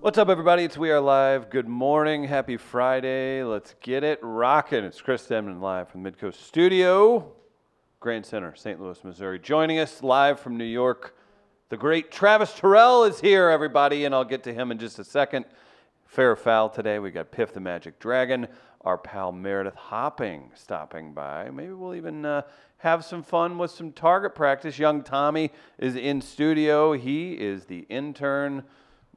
What's up, everybody? It's We Are Live. Good morning. Happy Friday. Let's get it rocking. It's Chris Demnon live from the Midcoast Studio, Grand Center, St. Louis, Missouri. Joining us live from New York, the great Travis Terrell is here, everybody, and I'll get to him in just a second. Fair or foul today. We got Piff the Magic Dragon, our pal Meredith Hopping stopping by. Maybe we'll even uh, have some fun with some target practice. Young Tommy is in studio. He is the intern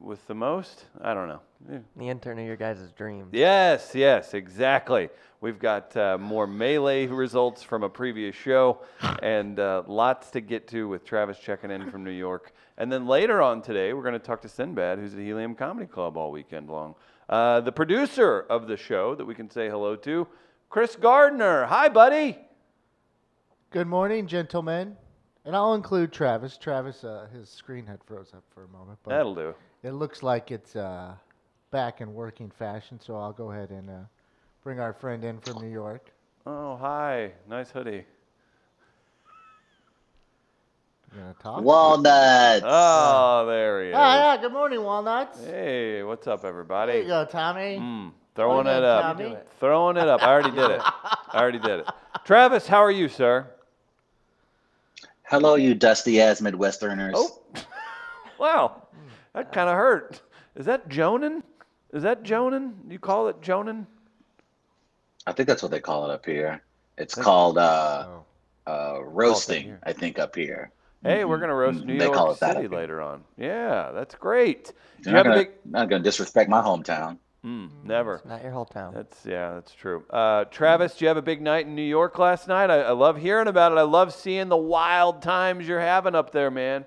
with the most. I don't know. Yeah. The intern of your guys' dream. Yes, yes, exactly. We've got uh, more melee results from a previous show and uh, lots to get to with Travis checking in from New York. And then later on today, we're going to talk to Sinbad, who's at Helium Comedy Club all weekend long. Uh, the producer of the show that we can say hello to, Chris Gardner. Hi, buddy. Good morning, gentlemen. And I'll include Travis. Travis, uh, his screen had froze up for a moment, but That'll do. it looks like it's uh, back in working fashion. So I'll go ahead and uh, bring our friend in from New York. Oh, hi. Nice hoodie. You gonna talk? Walnuts. Oh, there he is. Ah, yeah. Good morning, walnuts. Hey, what's up, There you everybody? go, Tommy. Mm, throwing Well it done, up. Tommy. You do it. Throwing it up. I already did it. I already did it. Travis, how are you, sir? Hello, you dusty ass Midwesterners. Oh, wow. That kind of hurt. Is that Jonan? Is that Jonan? You call it Jonan? I think that's what they call it up here. It's called uh, Oh. uh, Oh, roasting, okay. I think, up here. Hey, we're Mhm. gonna roast Mhm. New They York call it that City up here. later on. Yeah, that's great. Do You're you not have a gonna, big? not gonna disrespect my hometown. Mm, never. It's not your whole town. That's yeah, that's true. Uh, Travis, do you have a big night in New York last night? I, I love hearing about it. I love seeing the wild times you're having up there, man.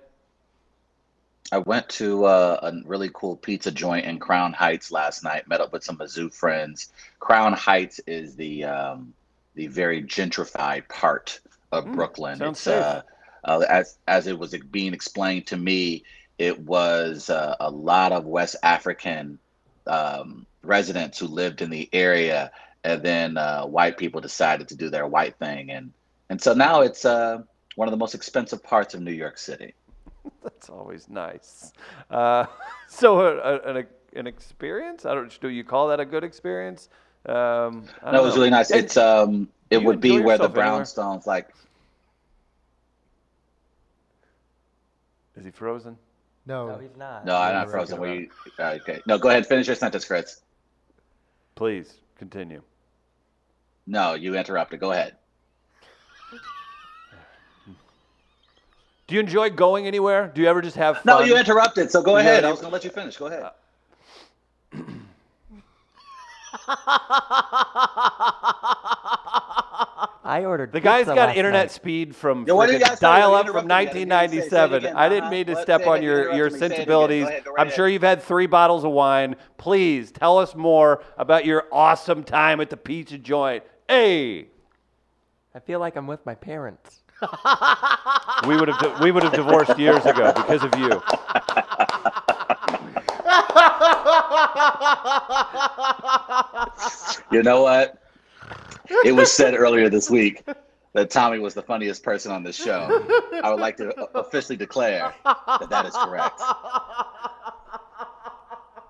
I went to uh, a really cool pizza joint in Crown Heights last night. Met up with some Mizzou friends. Crown Heights is the um, the very gentrified part of Mm, Brooklyn. sounds it's uh, uh, as as it was being explained to me, it was uh, a lot of West African um, residents who lived in the area, and then uh, white people decided to do their white thing, and and so now it's uh, one of the most expensive parts of New York City. That's always nice. Uh, so, a, a, an, an experience? I don't. Do you call that a good experience? Um, I No, don't it was know. really nice. It's um, do it you would be enjoy where the yourself anywhere? brownstones, like Is he frozen? No, No. he's not. no, I'm Yeah, not we're frozen. okay Where you, uh, okay, no, go ahead, finish your sentence, Chris. Please continue. No, you interrupted. Go ahead. Do you enjoy going anywhere? Do you ever just have fun? Um, No, you interrupted. So go You ahead. gotta- I was gonna let you finish. Go ahead. I ordered. the guy's pizza got last internet Night. speed from Yeah, what did you guys friggin' say? You dial-up from interrupted me. I didn't hear you say- say it 1997. again. I didn't Uh-huh. mean to Let's step say it on again. your, Interrupt your me. Say it again. Go sensibilities. ahead, go right I'm ahead. sure you've had three bottles of wine. Please tell us more about your awesome time at the pizza joint. Hey, I feel like I'm with my parents. we would have di- we would have divorced years ago because of you. You know what? It was said earlier this week that Tommy was the funniest person on this show. I would like to officially declare that that is correct.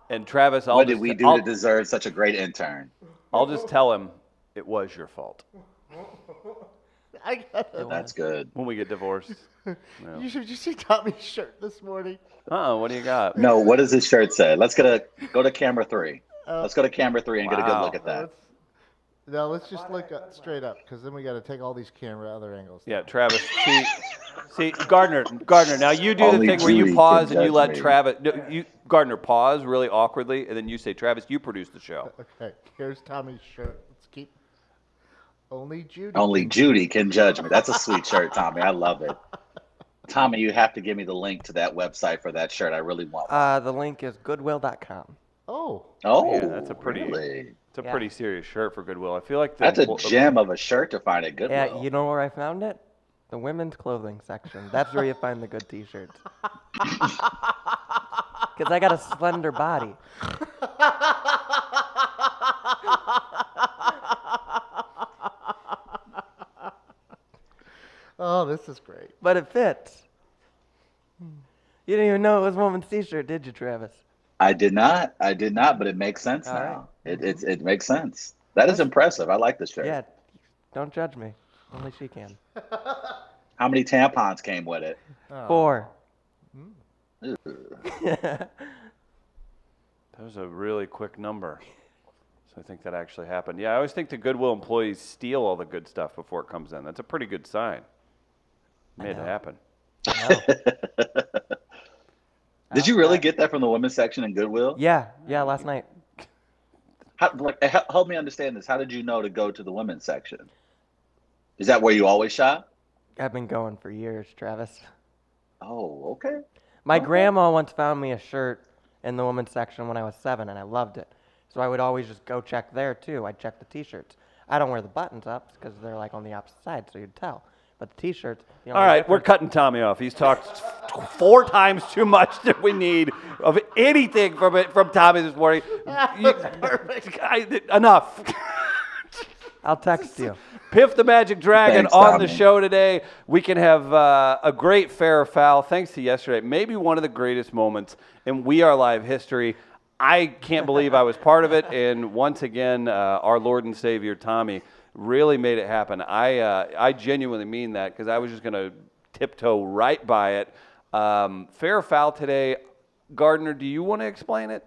And Travis, I'll What did just, we do I'll, to deserve such a great intern? I'll just tell him it was your fault I got it. That's good. when we get divorced. You should you see Tommy's shirt this morning? Uh, what do you got? No, what does his shirt say? Let's get a go to camera three. Let's go to camera three and get a good Wow. look at that. Let's, no, let's just look up, straight up because then we got to take all these camera other angles. Yeah, Travis. See, see, Gardner, Gardner. Now you do the Only thing where you Julie pause can and you judge let me. Travis. No, you Gardner pause really awkwardly, and then you say, "Travis, you produce the show." Okay, here's Tommy's shirt. Let's keep. Only Judy. Only Judy can judge me. That's a sweet shirt, Tommy. I love it. Tommy, you have to give me the link to that website for that shirt. I really want. one. Uh, the link is goodwill.com. Oh, oh, yeah, that's a pretty- Really? It's a Yeah. pretty serious shirt for Goodwill. I feel like the, That's a well, gem of a shirt to find at Goodwill. Yeah, you know where I found it? The women's clothing section. That's where you find the good t-shirts. Because I got a slender body. oh, this is great. but it fits. You didn't even know it was a woman's t-shirt, did you, Travis? I did not. I did not, but it makes sense All now. It, it it makes sense. That is impressive. I like this shirt. Yeah, don't judge me. Only she can. How many tampons came with it? Oh. Four. Ew. That was a really quick number. So I think that actually happened. Yeah, I always think the Goodwill employees steal all the good stuff before it comes in. That's a pretty good sign. I Made it know. happen. No. Did you really get that from the women's section in Goodwill? Yeah, yeah, last night. How, like, hel- help me understand this. How did you know to go to the women's section? Is that where you always shop? I've been going for years, Travis. Oh, okay. My Okay. grandma once found me a shirt in the women's section when I was seven, and I loved it. So I would always just go check there too. I'd check the t-shirts. I don't wear the buttons up because they're like on the opposite side, so you'd tell. But the t-shirts. The All right, we're cutting Tommy off. He's talked t- four times too much that we need of anything from it from Tommy this morning. You- I- enough. I'll text you. Piff the Magic Dragon Thanks, on the Tommy. show today. We can have uh, a great fair or foul thanks to yesterday. Maybe one of the greatest moments in We Are Live history. I can't believe I was part of it. And once again, uh, our Lord and Savior Tommy really made it happen. I, uh, I genuinely mean that because I was just going to tiptoe right by it. Um, fair or foul today. Gardner, do you want to explain it?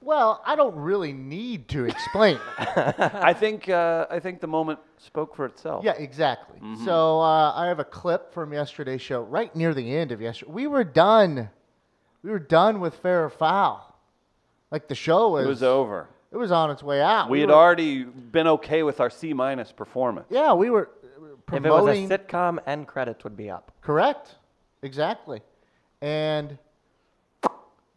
Well, I don't really need to explain. it. I think uh, I think the moment spoke for itself. yeah, exactly. So uh, I have a clip from yesterday's show, right near the end of yesterday. We were done. We were done with fair or foul. Like the show was. It was over. It was on its way out. We had were- already been okay with our C minus performance. Yeah, we were If it was promoting. a sitcom, end credits would be up. Correct. Exactly. And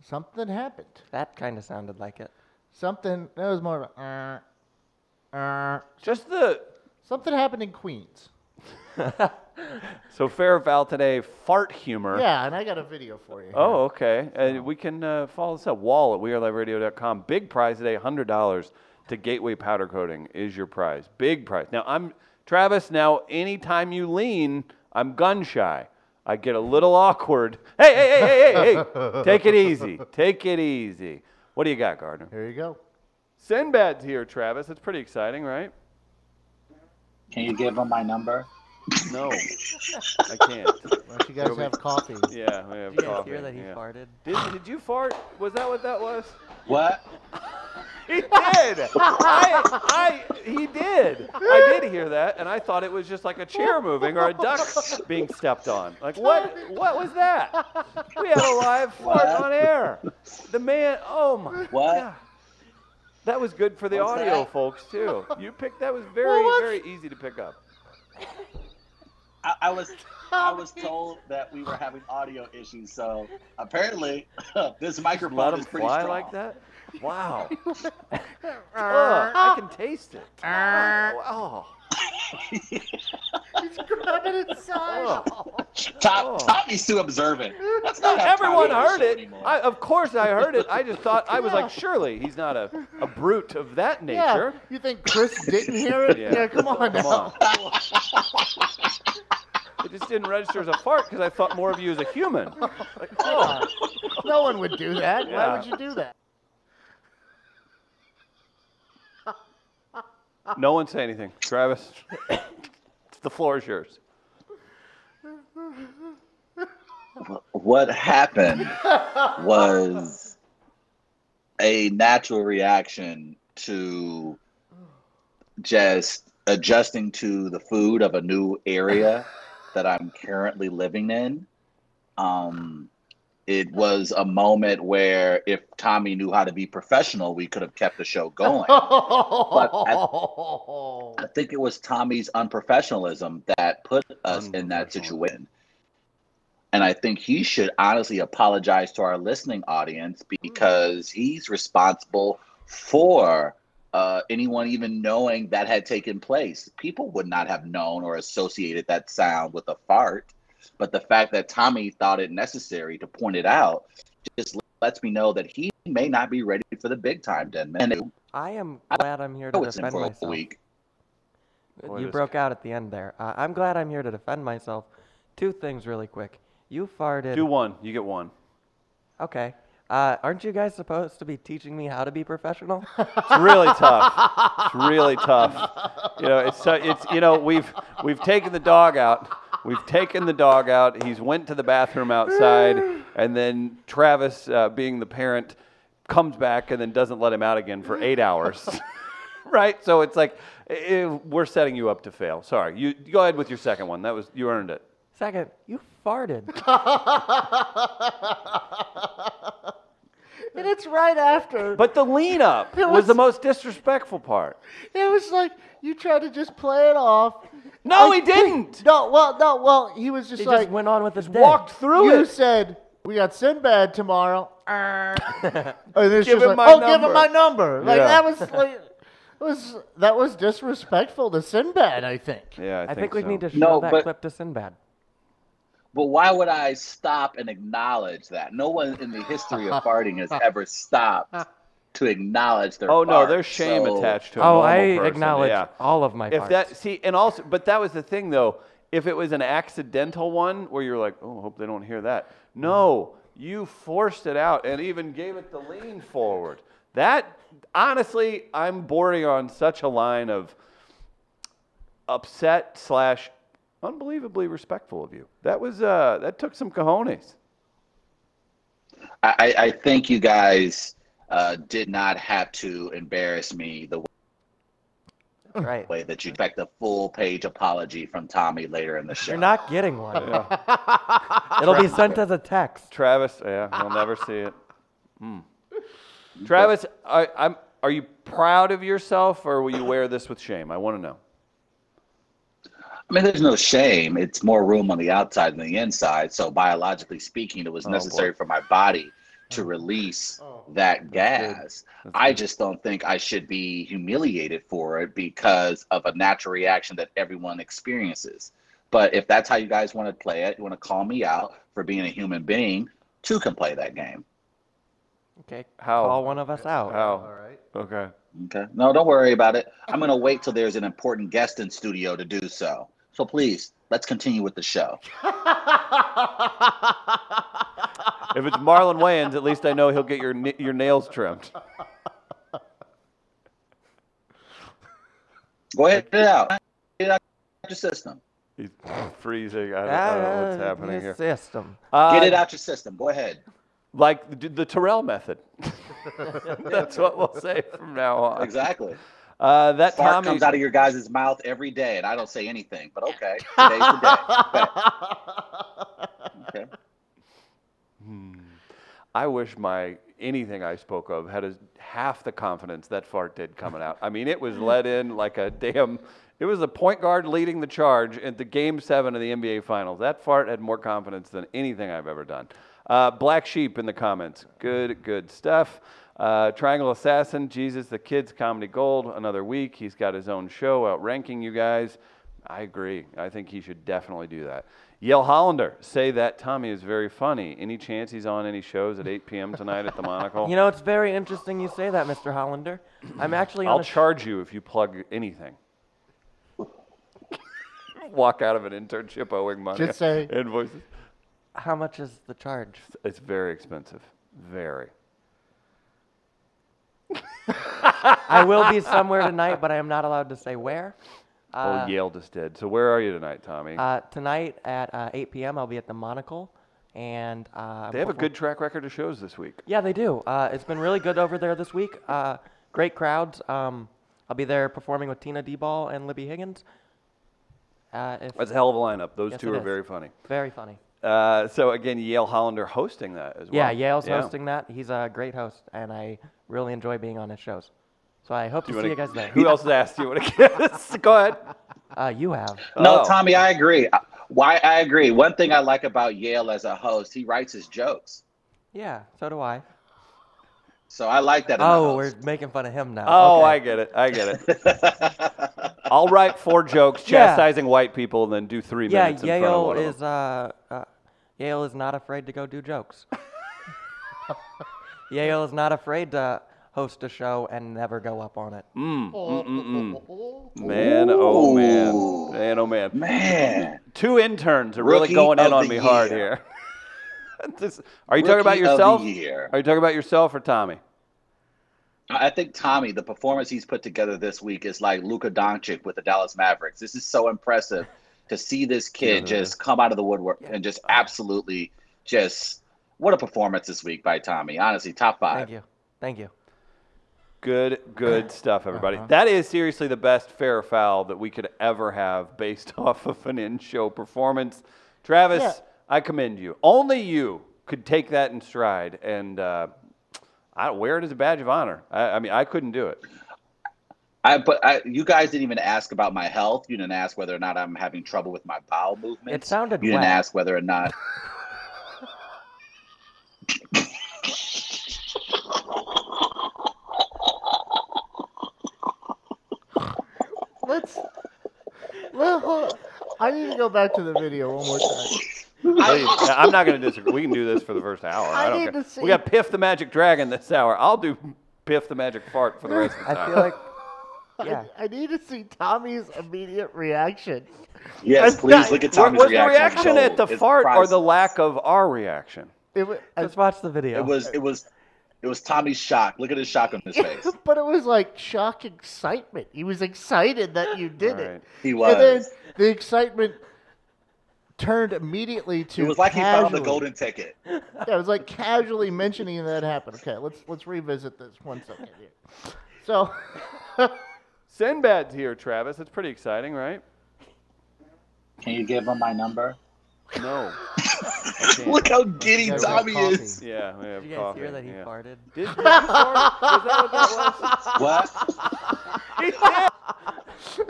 something happened. That kind of sounded like it. Something that was more of a, uh, uh, Just the something happened in Queens. so fair val today fart humor. Yeah, and I got a video for you. Oh, okay. And we can uh, follow this up. Wall at weareliveradio.com. Big prize today, hundred dollars to Gateway Powder Coating is your prize. Big prize. Now I'm Travis. Now anytime you lean, I'm gun shy. I get a little awkward. Hey, hey, hey, hey, hey, hey! Take it easy. Take it easy. What do you got, Gardner? Here you go. Sinbad's here, Travis. That's pretty exciting, right? Can you give them my number? No, I can't. Unless you guys have coffee. Yeah, we have Did you guys oh, coffee. hear that he yeah. farted? Did, did you fart? Was that what that was? What? He did. I, I, he did. I did hear that, and I thought it was just like a chair moving or a duck being stepped on. Like what? What was that? Uh, We had a live fart What? on air. The man. Oh my. What? God. That was good for the What's audio, that? folks, too. You picked. That was very, what? very easy to pick up. I, I was I was told that we were having audio issues, so apparently this Let microphone him is pretty fly strong. like that. Wow. Uh. Ugh, Uh, I can taste it. Oh. He's grabbing it Tom, Oh. Tommy's too observant. That's not how Everyone Tommy does heard show it. anymore. I, of course, I heard it. I just thought I was like, surely he's not a, a brute of that Yeah. nature. You think Chris didn't hear it? Yeah. Yeah, come on Come now. on. It just didn't register as a fart because I thought more of you as a human. Like, oh. No one would do that. Yeah. Why would you do that? No one say anything. Travis, the floor is yours. what happened was a natural reaction to just adjusting to the food of a new area that I'm currently living in. Um, it was a moment where if Tommy knew how to be professional, we could have kept the show going. I think it was Tommy's unprofessionalism that put us in that Unprofessional. situation. And I think he should honestly apologize to our listening audience because he's responsible for uh, anyone even knowing that had taken place. People would not have known or associated that sound with a fart. But the fact that Tommy thought it necessary to point it out just lets me know that he may not be ready for the big time, Denman. And it I am I glad I'm here to was in defend for a myself. week. Boy, you this- broke out at the end there. Uh, I'm glad I'm here to defend myself. Two things really quick. You farted. Do one. You get one. okay. Uh, aren't you guys supposed to be teaching me how to be professional? It's really tough. It's really tough. You know, it's so- it's you know we've we've taken the dog out. We've taken the dog out. He's went to the bathroom outside, and then Travis, uh, being the parent, comes back and then doesn't let him out again for eight hours. right. So it's like eh, we're setting you up to fail. Sorry. You you go ahead with your second one. That was you earned it. Second, you farted. and it's right after. But the lean up It was the was- most disrespectful part. it was like you tried to just play it off. No, I he think- didn't. No, well, no, well, he was just He like just went on with his day. Walked through you it. said we got Sinbad tomorrow. and Give it's just him like, my oh, give number." him my number. Like Yeah. that was like it was that was disrespectful to Sinbad. I think. Yeah, I, I think we so. need to show No, that but- clip to Sinbad. But why would I stop and acknowledge that? No one in the history of farting has ever stopped to acknowledge their. Oh no, fart, there's shame so- attached to. A Oh, normal I person, acknowledge yeah. all of my If farts. that see, and also, but that was the thing though. If it was an accidental one where you're like, oh, hope they don't hear that. No, you forced it out and even gave it the lean forward. That honestly, I'm bordering on such a line of upset slash unbelievably respectful of you. That was uh, that took some cojones. I, I- I think you guys uh, did not have to embarrass me the right. way that you expect a full page apology from Tommy later in the show. You're not getting one. It'll be sent as a text. Travis, yeah, you'll never see it. Mm. Travis, I, I'm. Are you proud of yourself, or will you wear this with shame? I want to know. I mean, there's no shame. It's more room on the outside than the inside. So biologically speaking, it was Oh, boy. necessary for my body to release Oh, that gas. I just don't think I should be humiliated for it because of a natural reaction that everyone experiences. But if that's how you guys want to play it, you want to call me out for being a human being, two can play that game. Okay. How? Call one of us out. How? right. Okay. Okay. No, don't worry about it. I'm going to wait till there's an important guest in studio to do so. So please, let's continue with the show. If it's Marlon Wayans, at least I know he'll get your ni- your nails trimmed. Go ahead, get it out. Get it out your system. He's freezing. I don't, I don't know what's Ah, happening your here. System. Get Uh, it out your system. Go ahead. Like the, the Terrell method. That's what we'll say from now on. Exactly. Uh, that Fart Tommy comes out of your guys' mouth every day, and I don't say anything. But okay, today's the day. Okay. I wish my anything I spoke of had as half the confidence that fart did coming out. I mean, it was let in like a damn. It was the point guard leading the charge at the game seven of the NBA Finals. That fart had more confidence than anything I've ever done. Uh, Black Sheep in the comments. Good, good stuff. Uh, Triangle Assassin, Jesus the Kids, Comedy Gold, another week. He's got his own show outranking you guys. I agree. I think he should definitely do that. Yale Hollander, say that Tommy is very funny. Any chance he's on any shows at 8 p.m. tonight at the Monocle? You know, it's very interesting you say that, Mr. Hollander. I'm actually on I'll a sh- charge you if you plug anything. Walk out of an internship owing money. Just say- invoices. How much is the charge? It's very expensive. Very. I will be somewhere tonight, but I am not allowed to say where. Oh, Yale just did. So where are you tonight, Tommy? Uh, tonight at uh, 8 p.m., I'll be at the Monocle, and uh, they have a perform- good track record of shows this week. Yeah, they do. Uh, it's been really good over there this week. Uh, great crowds. Um, I'll be there performing with Tina D-Ball and Libby Higgins. Uh, it's That's a hell of a lineup. Those Yes, two it are is. very funny. very funny. Uh, so again, Yale Hollander hosting that as well. Yeah, Yale's Yeah. hosting that. He's a great host, and I really enjoy being on his shows. So I hope Do to you see wanna- you guys there. Who else has asked you? What to guess? Go ahead. Uh, you have. No, Oh. Tommy, I agree. I- Why I agree. One thing I like about Yale as a host, he writes his jokes. Yeah, so do I. So I like that. in a Oh, we're host. making fun of him now. Oh, Okay. I get it. I get it. I'll write four jokes Yeah. chastising white people and then do three Yeah, minutes in front of Yale one of is uh, uh, Yale is not afraid to go do jokes. Yale is not afraid to host a show and never go up on it. Mm, them. Man, oh man. Ooh. Man, oh man. man. Two interns are really Rookie going in of on the me hard year. here. This- are you talking about Rookie of the yourself? year. Are you talking about yourself or Tommy? I think Tommy, the performance he's put together this week is like Luka Doncic with the Dallas Mavericks. This is so impressive to see this kid Yeah. just come out of the woodwork and just absolutely just what a performance this week by Tommy. Honestly, Thank top five. you. Thank you. Good, good stuff, everybody. That is seriously the best fair or foul that we could ever have based off of an in show performance. Travis, Yeah. I commend you. Only you could take that in stride and uh, I wear it as a badge of honor. I, I mean, I couldn't do it. I but I, you guys didn't even ask about my health. You didn't ask whether or not I'm having trouble with my bowel movements. It sounded You didn't wet. ask whether or not. Let's. Well, hold on. I need to go back to the video one more time. Please. I'm not going to disagree. We can do this for the first hour. I, I don't need care. to We got see- Piff the Magic Dragon this hour. I'll do Piff the Magic Fart for the rest of the I time. feel like. Yeah. I, I need to see Tommy's immediate reaction. Yes, That's please not- look at What Tommy's was the reaction. reaction Joel. at the It's fart or the priceless. lack of our reaction? It was, Let's watch the video. It was it was it was Tommy's shock. Look at his shock on his face. but it was like shock excitement. He was excited that you did it. Right. He was. And then the excitement turned immediately to It was like he found the casually- golden ticket. Yeah, it was like casually mentioning that happened. Okay, let's let's revisit this one second here. So Sinbad's here, Travis. It's pretty exciting, right? Can you give him my number? No. Look how giddy Guys, Tommy coffee. is. Yeah, we have Did you guys coffee. hear that he yeah. farted? Did, did he fart? Was that what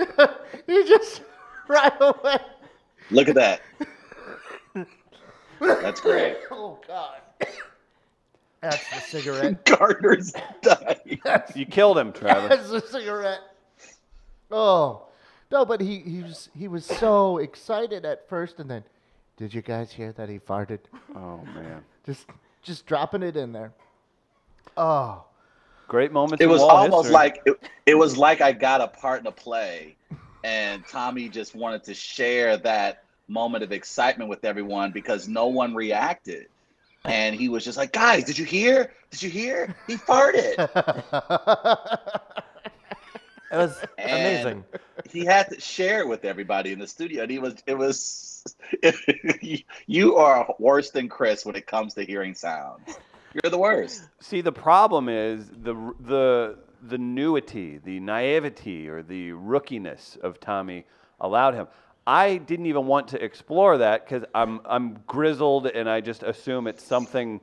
that was? What? you just right away. Look at that. That's great. Oh God. That's the cigarette. Gardner's dying. You killed him, Travis. That's the cigarette. Oh no, but he he was he was so excited at first, and then did you guys hear that he farted? oh man. Just just dropping it in there. Oh. Great moments. It in was Wall almost history. like it, it was like I got a part in a play, and Tommy just wanted to share that moment of excitement with everyone because no one reacted, and he was just like, "Guys, did you hear? Did you hear? He farted." It was And- amazing. he had to share it with everybody in the studio, and he was it was. you are worse than Chris when it comes to hearing sounds. You're the worst. See, the problem is the the the newity, the naivety, or the rookiness of Tommy allowed him. I didn't even want to explore that because I'm I'm grizzled and I just assume it's something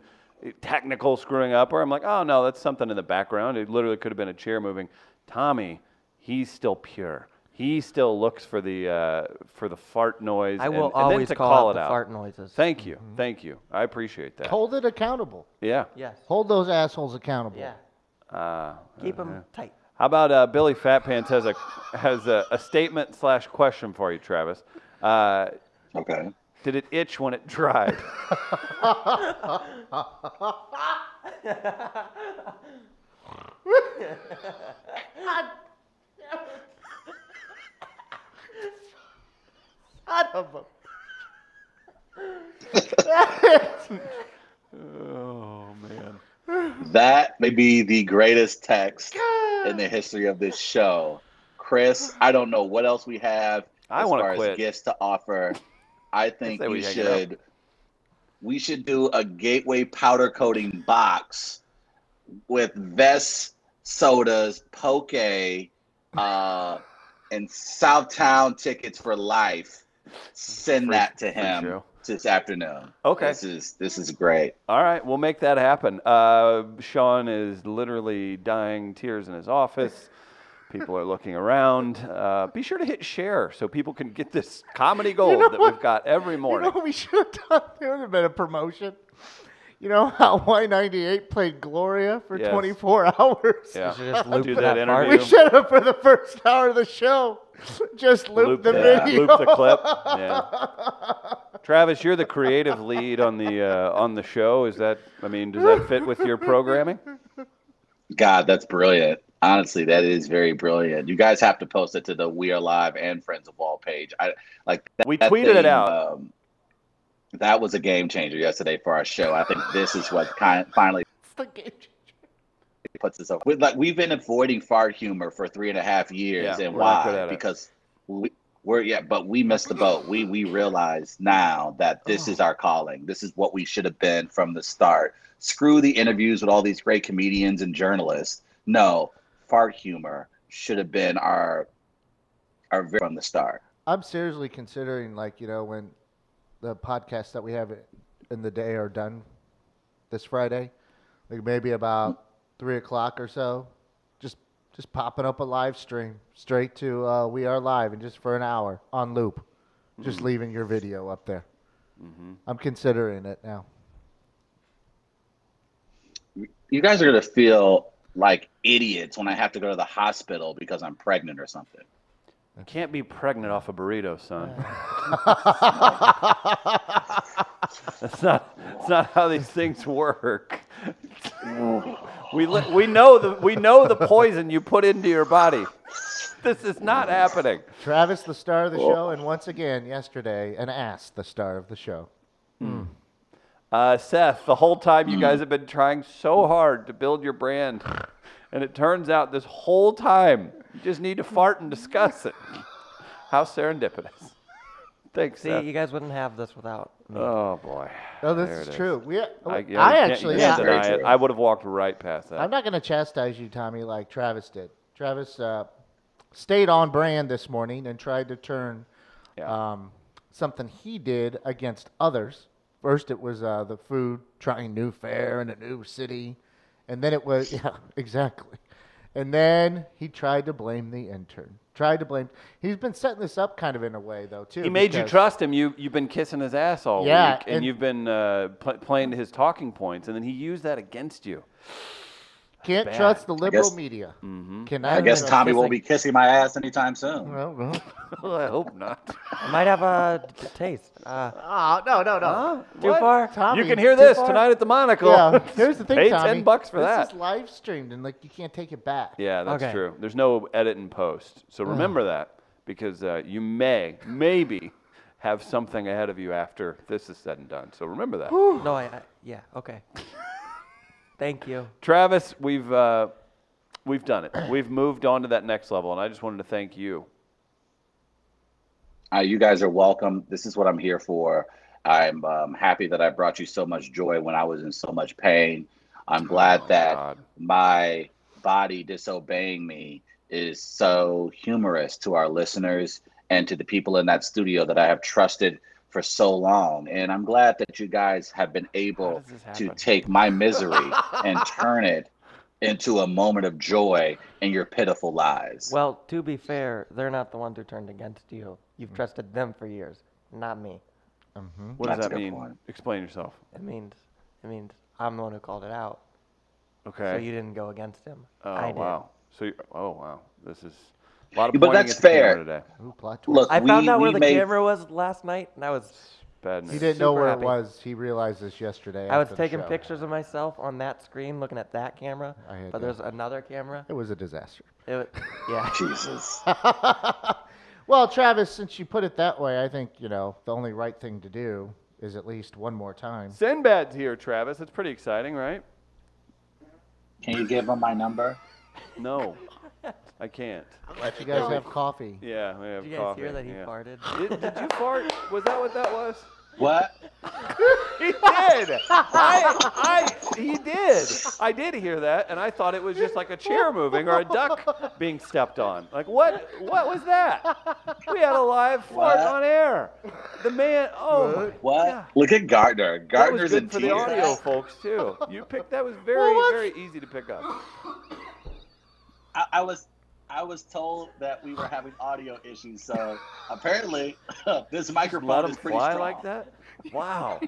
technical screwing up, or I'm like, oh no, that's something in the background. It literally could have been a chair moving. Tommy, he's still pure. He still looks for the uh, for the fart noise. I and- will and, always then to call, call out it the out. fart Mm-hmm. noises. Thank you, thank you. I appreciate that. Hold it accountable. Yeah. Yes. Hold those assholes accountable. Yeah. Uh, Keep them tight. How about uh, Billy Fat Pants has a has a, a statement slash question for you, Travis? Uh, Okay. did it itch when it dried? Son of a- oh man! That may be the greatest text in the history of this show. Chris, I don't know what else we have I as wanna far quit. as gifts to offer. I think say we we hang it up. should we should do a gateway powder coating box with vests, sodas, poke, uh, and Southtown tickets for life. Send Free- that to free him show. this afternoon. Okay. This is this is great. All right, we'll make that happen. Uh, Sean is literally dying, tears in his office. People are looking around. Uh, be sure to hit share so people can get this comedy gold know that what? we've got every you morning. know what we should have done? There would have been a promotion. You know how Y98 played Gloria for Yes. 24 hours? Yeah. You should just loop Do that, that fart. We interview. should have, for the first hour of the show, just looped the that- video. loop the clip. Yeah. Travis, you're the creative lead on the uh, on the show. Is that? I mean, does that fit with your programming? God, that's brilliant. Honestly, that is very brilliant. You guys have to post it to the We Are Live and Friends of All page. I like that. We that tweeted it thing, out. Um, That was a game changer yesterday for our show. I think this is what kind finally It's the game changer. puts us up. We, like we've been avoiding fart humor for three and a half years, Yeah, and we're not good why? at it. Because we, we're yeah, but we missed the boat. We we realize now that this is our calling. This is what we should have been from the start. Screw the interviews with all these great comedians and journalists. No, fart humor should have been our our very- from the start. I'm seriously considering, like, you know, when the podcasts that we have in the day are done this Friday, like maybe about three o'clock or so, just just popping up a live stream straight to uh, We Are Live and just for an hour on loop, just Mm-hmm. leaving your video up there. I'm considering it now. You guys are gonna feel like idiots when I have to go to the hospital because I'm pregnant or something. You can't be pregnant off a burrito, son. that's not. That's not how these things work. we li- we know the we know the poison you put into your body. This is not happening. Travis, the star of the show, and once again yesterday, an ass, the star of the show. Uh, Seth, the whole time you guys have been trying so hard to build your brand, and it turns out this whole time you just need to fart and discuss it. How serendipitous. Thanks, See, Seth. you guys wouldn't have this without me. Oh boy. Oh, this There is it is. true. We, I, yeah, you can't- actually, you yeah. can't Very deny it. true. I would have walked right past that. I'm not going to chastise you, Tommy, like Travis did. Travis uh, stayed on brand this morning and tried to turn Yeah. um, something he did against others. First, it was uh, the food, trying new fare in a new city. And then it was, yeah, exactly. And then he tried to blame the intern. Tried to blame. He's been setting this up kind of in a way, though, too. he made you because- trust him. You you've been kissing his ass all Yeah, week, and, and- you've been uh, pl- playing to his talking points, and then he used that against you. Can't bad. trust the liberal guess- media. Mhm. Can I guess know, Tommy it's won't like- be kissing my ass anytime soon. Well, well. well, I hope not. I might have a t- taste. Uh, Oh, no, no, no. too far? Tommy, you can hear too this far. tonight at the Monocle. Yeah. Here's the thing, Pay Tommy. ten bucks for this that. This is live streamed and like you can't take it back. Yeah, that's Okay. true. There's no edit and post, so remember that because uh, you may, maybe, have something ahead of you after this is said and done. So remember that. no, I, I. Yeah, okay. Thank you. Travis, we've uh, we've done it. We've moved on to that next level, and I just wanted to thank you. Uh, you guys are welcome. This is what I'm here for. I'm um, happy that I brought you so much joy when I was in so much pain. I'm glad Oh, that God. my body disobeying me is so humorous to our listeners and to the people in that studio that I have trusted for so long. And I'm glad that you guys have been able does this to happen? take my misery and turn it into a moment of joy in your pitiful lives. Well, to be fair, they're not the ones who turned against you. You've trusted them for years, not me. Mm-hmm. What does That's a that good mean? point. Explain yourself. It means, it means I'm the one who called it out. Okay. So you didn't go against him. oh I did. wow. So you, oh wow. This is a lot of But pointing that's at the camera fair. today. Ooh, plot twist. Look, I we, found out we where the made- camera was last night, and I was, Bad news. he didn't know super where happy. it was. He realized this yesterday. I was after the taking show. pictures of myself on that screen, looking at that camera. I had but that. there's another camera. It was a disaster. It was, yeah. Jesus. well, Travis, since you put it that way, I think you know the only right thing to do is at least one more time. Sinbad's here, Travis. That's pretty exciting, right? Can you give him my number? No, I can't. Let you guys have coffee. Yeah, we have Did you guys coffee. hear that he yeah. farted? Did, did you fart? Was that what that was? What? He did. I, I, he did. I did hear that, and I thought it was just like a chair moving or a duck being stepped on. Like what? What was that? We had a live fart What? on air. The man. Oh my What? God. Look at Gardner. That was Gardner's in good for tears. the audio folks too. You picked that was very Well, what's- very easy to pick up. I, I was I was told that we were having audio issues, so apparently this microphone Let him is pretty fly strong. like that. Wow.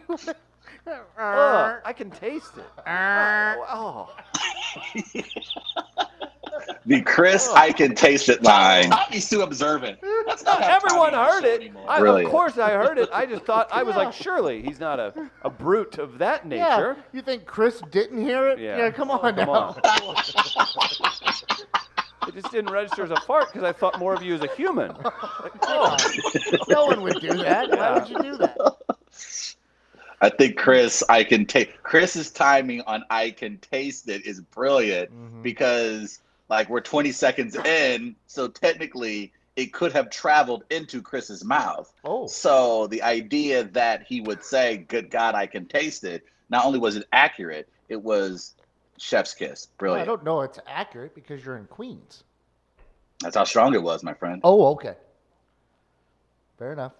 Ugh, I can taste it. Oh, The Chris, Oh. I can taste it line. Tommy's too observant. That's not how everyone Tommy is heard it. anymore. I, of Brilliant. course, I heard it. I just thought I was like, surely he's not a, a brute of that Yeah, nature. you think Chris didn't hear it? Yeah. come on Come now. on. it just didn't register as a fart because I thought more of you as a human. Like, oh, no one would do that. Why would you do that? I think Chris, I can take Chris's timing on I can taste it is brilliant Mm-hmm. Mhm. because like we're 20 seconds in, so technically it could have traveled into Chris's mouth. Oh, So the idea that he would say, "Good God, I can taste it," not only was it accurate, it was chef's kiss. Oh, I Brilliant. don't know. It's accurate because you're in Queens. That's how strong it was, my friend. Oh, okay. Fair enough.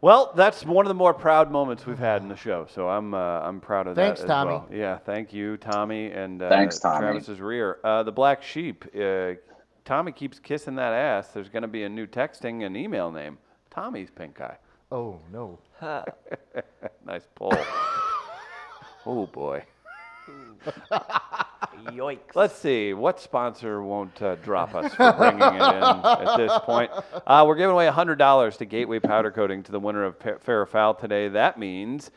Well, that's one of the more proud moments we've had in the show, so I'm uh, I'm proud of Thanks, that. as Tommy. well. Yeah, thank you, Tommy, and uh, Thanks, Tommy. Travis's rear. Uh, the black sheep. Uh, Tommy keeps kissing that ass. There's going to be a new texting and email name. Tommy's pink eye. Oh no. Nice pull. oh boy. Yoikes. Let's see. What sponsor won't uh, drop us for bringing it in at this point? Uh, we're giving away $100 to Gateway Powder Coating to the winner of Pa- Fair or Foul today. That means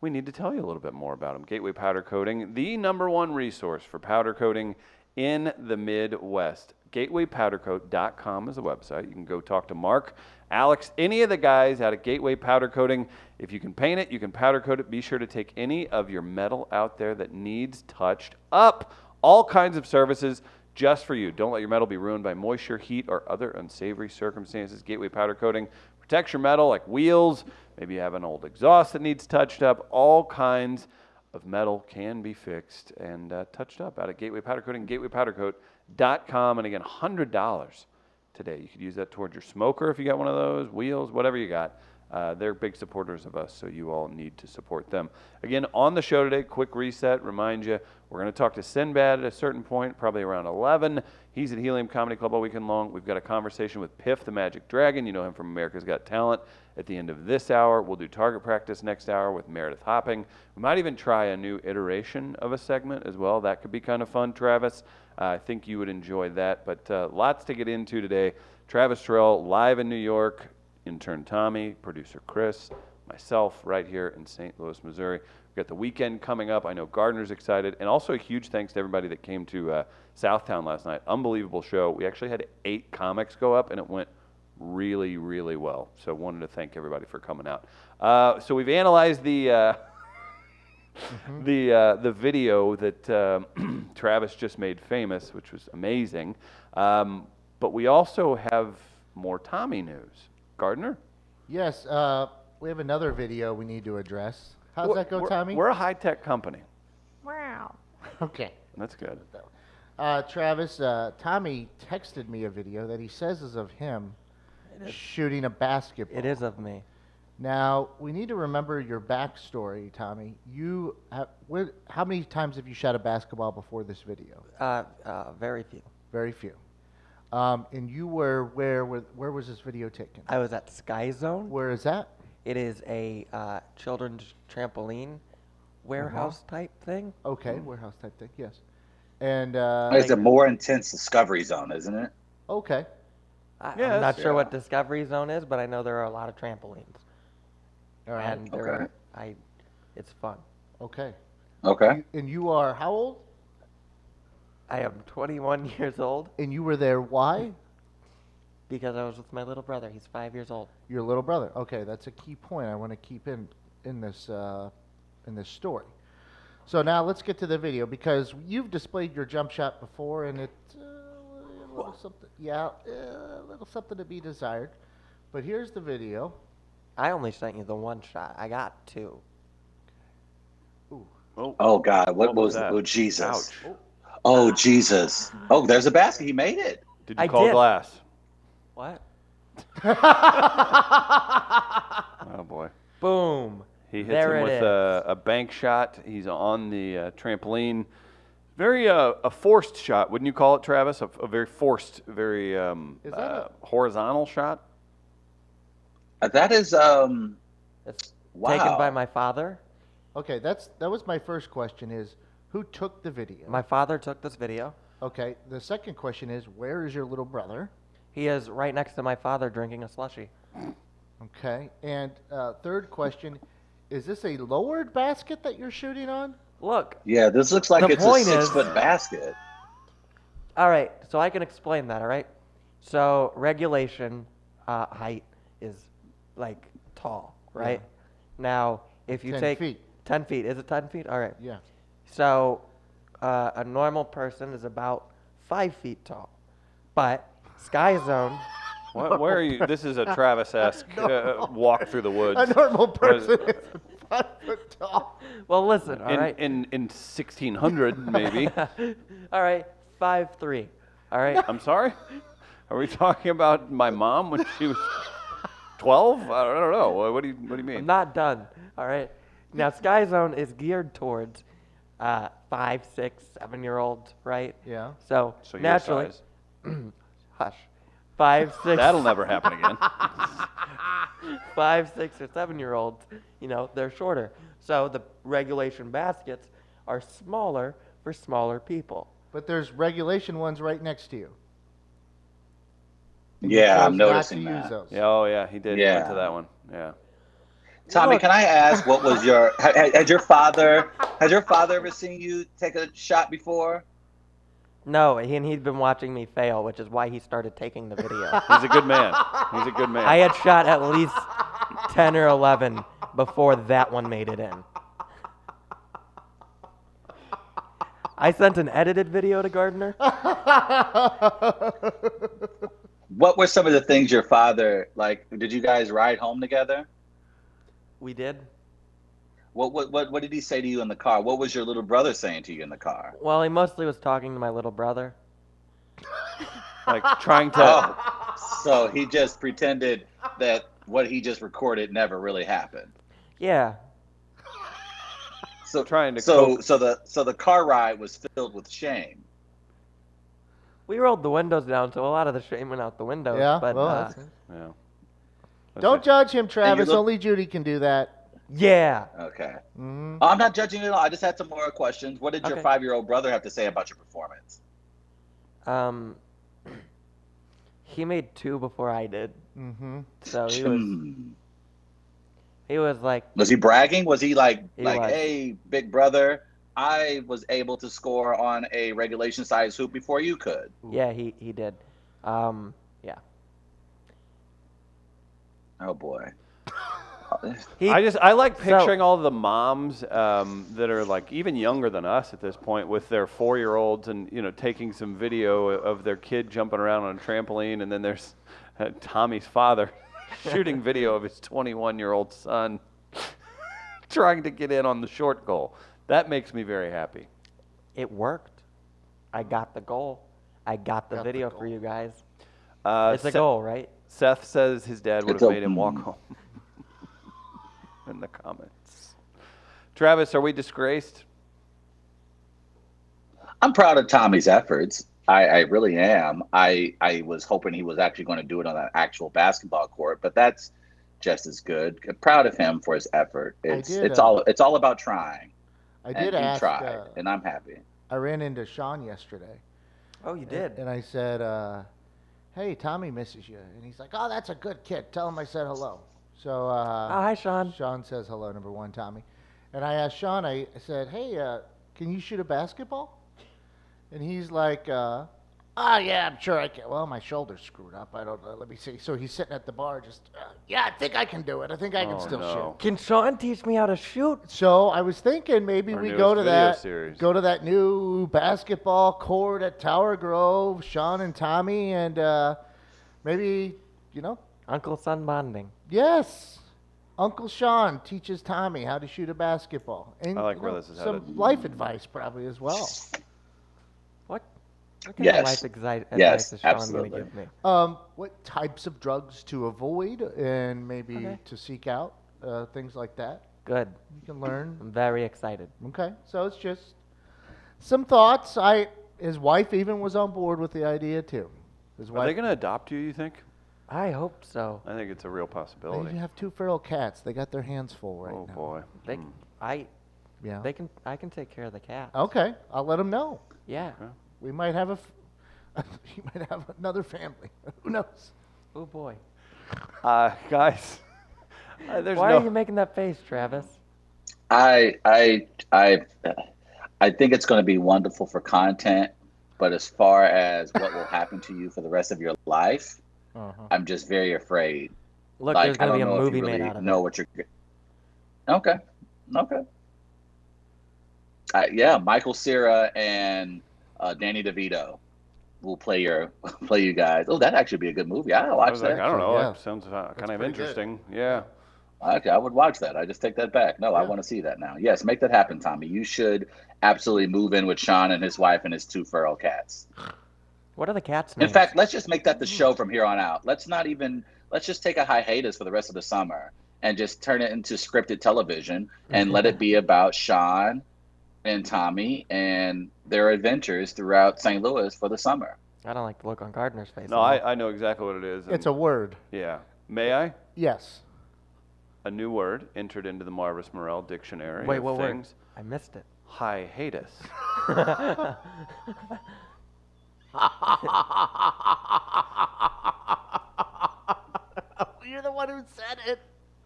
we need to tell you a little bit more about them. Gateway Powder Coating, the number one resource for powder coating in the Midwest. GatewayPowderCoat.com is the website. You can go talk to Mark, Alex, any of the guys out at Gateway Powder Coating. If you can paint it, you can powder coat it. Be sure to take any of your metal out there that needs touched up. All kinds of services just for you. Don't let your metal be ruined by moisture, heat, or other unsavory circumstances. Gateway Powder Coating protects your metal like wheels. Maybe you have an old exhaust that needs touched up. All kinds of metal can be fixed and uh, touched up out of Gateway Powder Coating, gatewaypowdercoat.com. And again, $100 today. You could use that towards your smoker if you got one of those, wheels, whatever you got. Uh, they're big supporters of us, so you all need to support them. Again, on the show today, quick reset, remind you, we're going to talk to Sinbad at a certain point, probably around 11. He's at Helium Comedy Club all weekend long. We've got a conversation with Piff the Magic Dragon. You know him from America's Got Talent. At the end of this hour, we'll do target practice next hour with Meredith Hopping. We might even try a new iteration of a segment as well. That could be kind of fun, Travis. Uh, I think you would enjoy that. But uh, lots to get into today. Travis Terrell live in New York. Intern Tommy, producer Chris, myself right here in St. Louis, Missouri. We've got the weekend coming up. I know Gardner's excited. And also a huge thanks to everybody that came to uh, Southtown last night. Unbelievable show. We actually had eight comics go up, and it went really, really well. So wanted to thank everybody for coming out. Uh, so we've analyzed the. Uh, the uh, the video that um, Travis just made famous, which was amazing. Um, but we also have more Tommy news. Gardner, Yes. Uh, we have another video we need to address. How's We're- that go, we're- Tommy? We're a high tech company. Wow. okay. That's good. Uh, Travis, uh, Tommy texted me a video that he says is of him shooting a basketball. It is of me. Now we need to remember your backstory, Tommy. You have, when, how many times have you shot a basketball before this video? Uh, uh, very few. Very few. Um, and you were where, where? Where was this video taken? I was at Sky Zone. Where is that? It is a uh, children's trampoline warehouse type thing. Okay, warehouse type thing. Yes. And uh, It's a more intense discovery zone, isn't it? okay, I, Yes. I'm not sure Yeah. what Discovery Zone is, but I know there are a lot of trampolines, all right, and there, Okay. I, it's fun. okay. Okay. You, and you are how old? I am 21 years old And you were there. Why? because I was with my little brother. He's five years old. Your little brother. Okay, that's a key point I want to keep in in this uh, in this story. So now let's get to the video because you've displayed your jump shot before, and it uh, a little something, yeah, uh, a little something to be desired. But here's the video. I only sent you the one shot. I got two. Oh, Oh God, what, was? that? Oh Jesus. Ouch. Oh Jesus. Oh, there's a basket. He made it. Did you I call did. glass? What? Oh boy. Boom. He hits there him it with is. a, a bank shot. He's on the uh, trampoline. Very uh, a forced shot, wouldn't you call it, Travis? A, a very forced, very um, Is that uh, horizontal shot. Uh, That is um. It's Wow. taken by my father. Okay, that's that was my first question. Is who took the video? My father took this video. okay, the second question is where is your little brother? He is right next to my father drinking a slushie. Okay, and uh, third question is this a lowered basket that you're shooting on? Look, Yeah, this looks like The it's a point is- six foot basket. All right, so I can explain that. All right, so regulation uh, height is like tall, right? Now, if you 10 take feet. 10 feet, is it 10 feet? All right. Yeah. So uh, a normal person is about five feet tall, but Sky Zone. What, where are you? This is a Travis-esque uh, walk through the woods. A normal Was- person is five foot tall. Well, listen. all in, right. in in 1600 maybe. all right. Five three. All right. I'm sorry. Are we talking about my mom when she was 12? I don't know. What do you What do you I'm mean? not done. All right. Now, Sky Zone is geared towards uh, five, six, seven year olds, right? Yeah. So, so your naturally, size. hush. Five, six, That'll never happen again. five, six, or seven year olds, you know, they're shorter. So the regulation baskets are smaller for smaller people. But there's regulation ones right next to you. And you Yeah, I'm chose not to noticing use that. those. Yeah, oh yeah, he did. He went to Yeah. that one. Yeah. Tommy, Look. can I ask what was your had, had your father had your father ever seen you take a shot before? No, and he'd been watching me fail, which is why he started taking the video. He's a good man. He's a good man. I had shot at least 10 or 11 before that one made it in. I sent an edited video to Gardner. What were some of the things your father like? Did you guys ride home together? We did. What what what, what did he say to you in the car? What was your little brother saying to you in the car? Well, he mostly was talking to my little brother. like trying to. Oh, so he just pretended that what he just recorded never really happened. Yeah. So Trying to so cope. so the so the car ride was filled with shame. We rolled the windows down, so a lot of the shame went out the window. Yeah, But, well, uh, that's- Yeah. That's don't it. judge him, Travis. look- Only Judy can do that. yeah. Okay, Oh, Mhm. I'm not judging at all. I just had some more questions. What did your Okay. five year old brother have to say about your performance? Um, he made two before I did. Mhm. So he was, Hmm. he was like, Was he bragging? Was he like He like, was. hey, big brother, I was able to score on a regulation size hoop before you could. yeah, he, he did. Um, yeah. Oh boy. He, I just I like So- picturing all the moms um, that are like even younger than us at this point with their four year olds and you know taking some video of their kid jumping around on a trampoline and then there's uh, Tommy's father shooting video of his 21 year old son trying to get in on the short goal. That makes me very happy. it worked. I got the goal. I got the video for you guys. Uh, It's a Se- goal, right? Seth says his dad would It's have a- made him walk home. In the comments, Travis, are we disgraced? I'm proud of Tommy's efforts. I, I really am. I I was hoping he was actually going to do it on an actual basketball court, but that's just as good. proud of him for his effort. It's did, it's uh, all it's all about trying. I and did he ask. tried, uh, and I'm happy. I ran into Sean yesterday. Oh, you And- did. And I said, uh, "Hey, Tommy misses you." And he's like, "Oh, that's a good kid. Tell him I said hello." So oh, uh, hi, Sean. Sean says hello, number one, Tommy. And I asked Sean. I I said, "Hey, uh, can you shoot a basketball?" And he's like, uh, "Ah, yeah, I'm sure I can." Well, my shoulder's screwed up. I don't know. Let me see. So he's sitting at the bar, just, uh, "Yeah, I think I can do it. I think I can Oh, still no. shoot." Can Sean teach me how to shoot? So I was thinking maybe Our we newest go to video that series. go to that new basketball court at Tower Grove, Sean and Tommy, and uh, maybe you know, Uncle Son bonding. yes, Uncle Sean teaches Tommy how to shoot a basketball, and I like you where know, this is some headed. life advice probably as well. What? What kind Yes. of life exi- advice Yes, is Sean absolutely. gonna give me? Um, what types of drugs to avoid and maybe Okay. to seek out, uh, things like that. Good. You can learn Mm-hmm. I'm very excited. Okay, so it's just some thoughts. I his wife even was on board with the idea too. His Are they wife. going to adopt you? You think? I hope so. I think it's a real They possibility. have two feral cats. They got their hands full right oh now. boy. They, Hmm. I, Yeah. they can, I can take care of the cat. Oh. okay, I'll let them know. Yeah. Okay. We might have a. F- you might have another family. Who knows? Oh boy. Uh, guys, uh, there's Why no. are you making that face, Travis? I I I I think it's going to be wonderful for content, but as far as what will happen to you for the rest of your life, Uh-huh. I'm just very afraid. Look, like there's I gonna don't be a know if movie you really made out of know it. what you're. Okay, Okay. Uh, yeah, Michael Cera and uh, Danny DeVito will play your play you guys. Oh, that'd actually be a good movie. I'll I watch was that. like, I don't know. Yeah. That sounds uh, kind of pretty good. interesting. Yeah. Okay, I would watch that. I just take that back. No, I Yeah. want to see that now. Yes, make that happen, Tommy. You should absolutely move in with Sean and his wife and his two feral cats. What are the cats' In names? fact, let's just make that Mm. the show from here on out. Let's not even let's just take a hiatus for the rest of the summer and just turn it into scripted television Mm-hmm. and let it be about Sean and Tommy and their adventures throughout St. Louis for the summer. I don't like the look on Gardner's face. No, I, I know exactly what it is. It's a and- word. yeah. May I? Yes. A new word entered into the Marvis Morel dictionary. Wait, of what word? things. I missed it. Hiatus. You're the one who said it.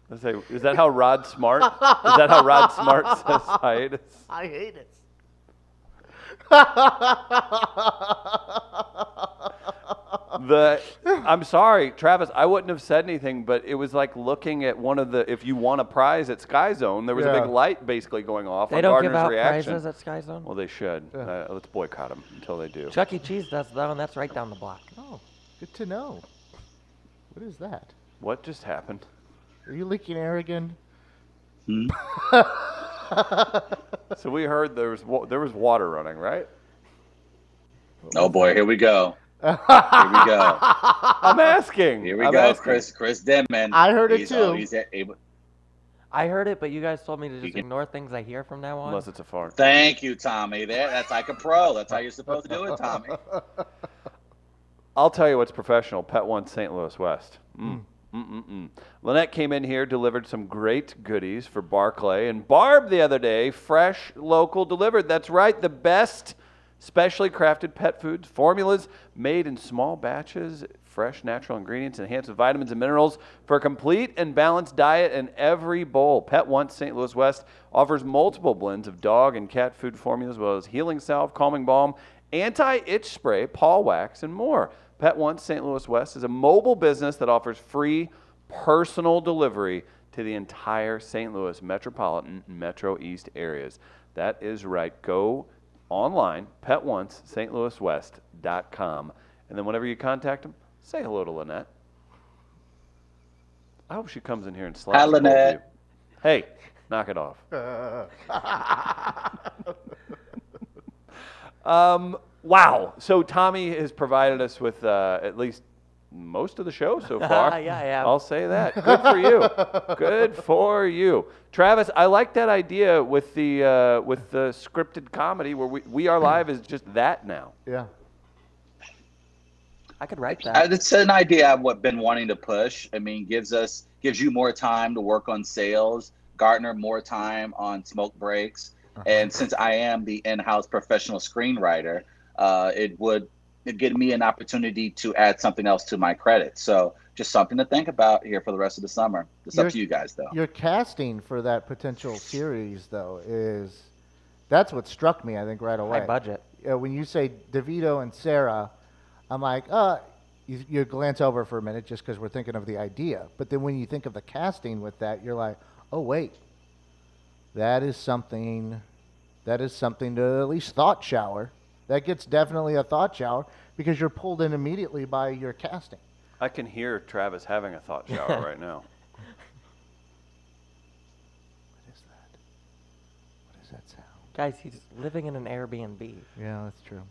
Let's say, is that how Rod Smart? is that how Rod Smart says hiatus? I hate it. The I'm sorry, Travis. I wouldn't have said anything, but it was like looking at one of the. If you won a prize at Sky Zone, there was a Yeah. big light basically going off. They on don't Gardner's give out reaction. prizes at Sky Zone. Well, they should. Uh, let's boycott them until they do. Chuck E. Cheese does though, and that's right down the block. oh, good to know. What is that? What just happened? Are you leaking air again? Hmm? So we heard there was wa- there was water running, right? Oh boy, here we go. Here we go. I'm asking. Here we I'm go, asking. Chris. Chris Denman. Mm. I heard it He's- too. oh, he's able- I heard it, but you guys told me to just can- ignore things I hear from now on. Unless it's a fart. Thank you, Tommy. There, that's like a pro. That's how you're supposed to do it, Tommy. I'll tell you what's professional. Pet One St. Louis West. Mm. Mm-mm-mm. Lynette came in here, delivered some great goodies for Barclay and Barb the other day. Fresh, local, delivered. That's right, the best specially crafted pet foods, formulas made in small batches, fresh, natural ingredients, enhanced with vitamins and minerals for a complete and balanced diet in every bowl. Pet One St. Louis West offers multiple blends of dog and cat food formulas, as well as healing salve, calming balm, anti itch spray, paw wax, and more. Pet Once St. Louis West is a mobile business that offers free personal delivery to the entire St. Louis metropolitan and metro east areas. That is right. Go online, petoncestlouiswest.com. And then whenever you contact them, say hello to Lynette. I hope she comes in here and slaps Hi, both of you. Lynette. Hey, knock it off. Um, wow. So Tommy has provided us with uh, at least most of the show so far. Yeah, I have. I'll say that. Good for you. Good for you, Travis. I like that idea with the uh, with the scripted comedy where we, we are live is just that now. yeah. I could write I- that. Uh, It's an idea I've wa- been wanting to push. I mean, gives us gives you more time to work on sales, Gartner more time on smoke breaks, Uh-huh. and since I am the in-house professional screenwriter, uh, it would give me an opportunity to add something else to my credit. So just something to think about here for the rest of the summer. It's You're- up to you guys, though. Your casting for that potential series, though, is that's what struck me. I think right away. High budget. Yeah, when you say DeVito and Sarah, I'm like, uh, you, you glance over for a minute just because we're thinking of the idea. But then when you think of the casting with that, you're like, oh wait, that is something. That is something to at least thought shower. That gets definitely a thought shower because you're pulled in immediately by your casting. I can hear Travis having a thought shower right now. What is that? What is that sound? Guys, he's living in an Airbnb, Yeah, that's true.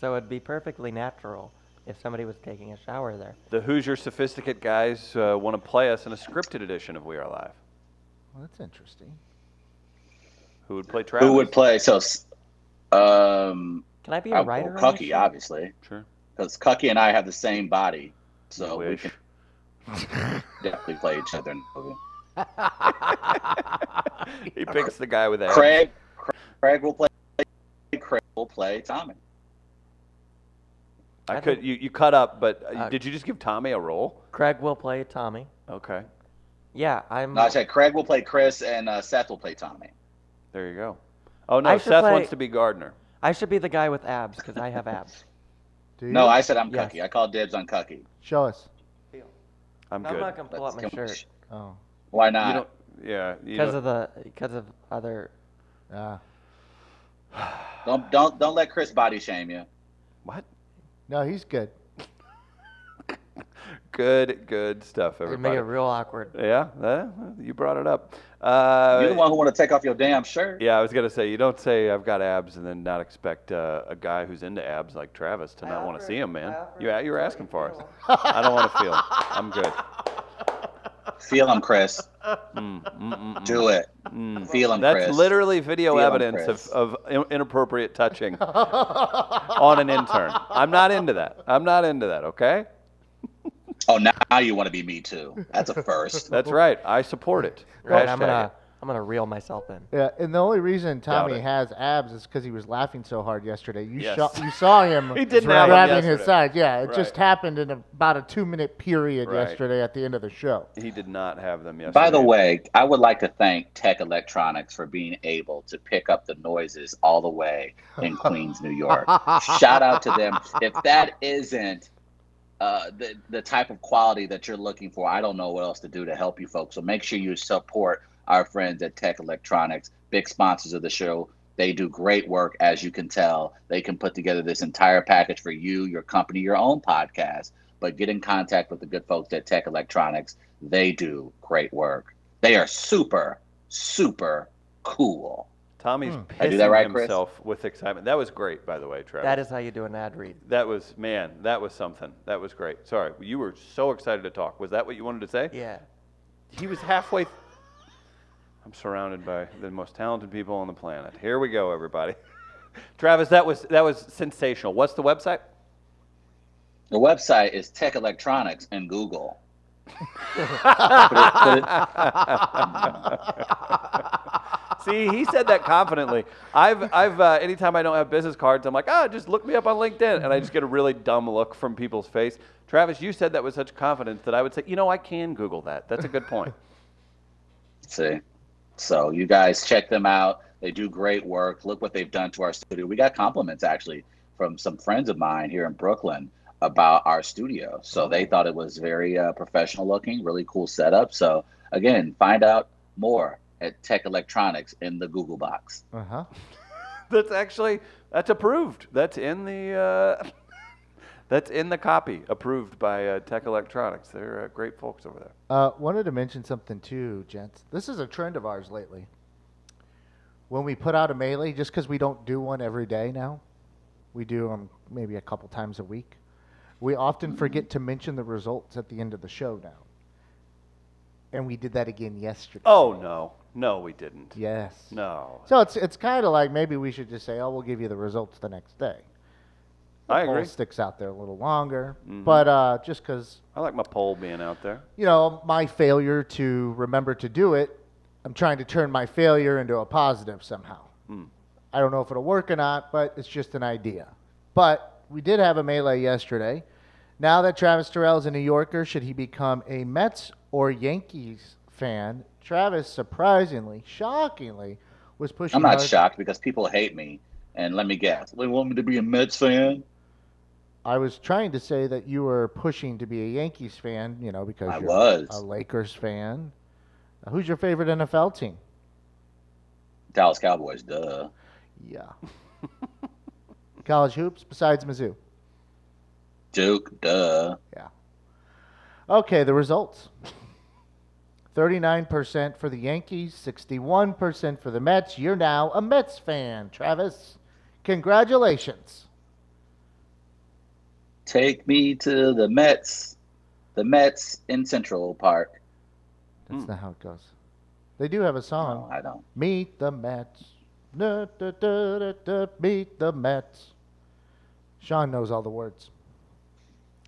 so it'd be perfectly natural if somebody was taking a shower there. The Hoosier Sophisticate guys uh, want to play us in a scripted edition of We Are Live. Well, that's interesting. Who would play Travis? Who would play? So, s- um, Can I be a I, well, writer? on this Cucky, show? obviously, Sure. because Cucky and I have the same body, so we Wish. can definitely play each other in the movie. He picks the guy with that. Craig, Craig will play. Craig will play Tommy. I I could think- you, you cut up, but uh, Uh, did you just give Tommy a role? Craig will play Tommy. Okay, Yeah, I'm. No, I said Craig will play Chris, and uh, Seth will play Tommy. there you go. Oh no, I should Seth play- wants to be Gardner. I should be the guy with abs because I have abs. Do you? No, I said I'm Yes. Cucky. I called dibs on Cucky. show us. I'm I'm good. not gonna pull Let's up my come- shirt. Oh, Why you not? don't yeah. you because don't- of the because of other. Ah. Don't don't don't let Chris body shame you. what? no, he's good. Good, good stuff, It made everybody. it real awkward. yeah, that- you brought it up. Uh, You're the one who want to take off your damn shirt. Yeah, I was gonna say you don't say I've got abs and then not expect uh, a guy who's into abs like Travis to not want to offered- see him, man. I offered You to you're feel asking it, for you it. I don't want to feel. it. I'm good. Feel him, Chris. Mm, mm, mm, Do it. mm, mm. Feel him, That's Chris. literally video Feel him, evidence Chris. of, of in- inappropriate touching on an intern. I'm not into that. I'm not into that. Okay, Oh, now, now you want to be me too. That's a first. that's right. I support it. Right, I'm Hashtag gonna it. I'm gonna reel myself in. Yeah, and the only reason Tommy it. has abs is because he was laughing so hard yesterday. You Yes. saw you saw him He didn't have them grabbing his yesterday. side. Yeah, it Right. just happened in about a two minute period Right. yesterday at the end of the show. He did not have them yesterday. By the way, I would like to thank Tech Electronics for being able to pick up the noises all the way in Queens, New York. Shout out to them. If that isn't uh, the the type of quality that you're looking for, I don't know what else to do to help you folks. So make sure you support our friends at Tech Electronics, big sponsors of the show. They do great work, as you can tell. They can put together this entire package for you, your company, your own podcast. But get in contact with the good folks at Tech Electronics. They do great work. They are super, super cool. Tommy's Hmm. pissing I do that right, Chris? himself with excitement. That was great, by the way, Travis. That is how you do an ad read. That was man. That was something. That was great. Sorry, you were so excited to talk. Was that what you wanted to say? Yeah. He was halfway. I'm surrounded by the most talented people on the planet. Here we go, everybody. Travis, that was that was sensational. What's the website? The website is Tech Electronics and Google. Put it- put it- See, he said that confidently. I've I've uh, anytime I don't have business cards, I'm like, ah, just look me up on LinkedIn, and I just get a really dumb look from people's face. Travis, you said that with such confidence that I would say, you know, I can Google that. That's a good point. See. So you guys check them out. They do great work. Look what they've done to our studio. We got compliments actually from some friends of mine here in Brooklyn about our studio. So they thought it was very uh, professional looking, really cool setup. So again, find out more at Tech Electronics in the Google box. Uh huh. that's actually that's approved. That's in the uh, that's in the copy approved by uh, Tech Electronics. They're uh, great folks over there. Uh, wanted to mention something too, gents. This is a trend of ours lately. When we put out a melee, just because we don't do one every day now, we do them maybe a couple times a week. We often forget to mention the results at the end of the show now. And we did that again yesterday. Oh no, no, we didn't. Yes. No, So it's it's kind of like maybe we should just say, oh, we'll give you the results the next day. The I poll agree. Sticks out there a little longer, Mhm. but uh, just because I like my poll being out there. you know, my failure to remember to do it, I'm trying to turn my failure into a positive somehow. Hmm. I don't know if it'll work or not, but it's just an idea. But we did have a melee yesterday. Now that Travis Terrell is a New Yorker, should he become a Mets or Yankees fan? Travis, surprisingly, shockingly, was pushing. I'm not hard- shocked because people hate me. And let me guess, they want me to be a Mets fan. I was trying to say that you were pushing to be a Yankees fan, you know, because I you're a was Lakers fan. Uh, who's your favorite NFL team? Dallas Cowboys. Duh. Yeah. College hoops besides Mizzou. Duke. Duh. Okay, the results. 39% for the Yankees, 61% for the Mets. You're now a Mets fan, Travis. Congratulations. Take me to the Mets. The Mets in Central Park. That's Hmm. not how it goes. They do have a No, song. I don't. Meet the Mets. Da, da, da, da, da, meet the Mets. Sean knows all the words.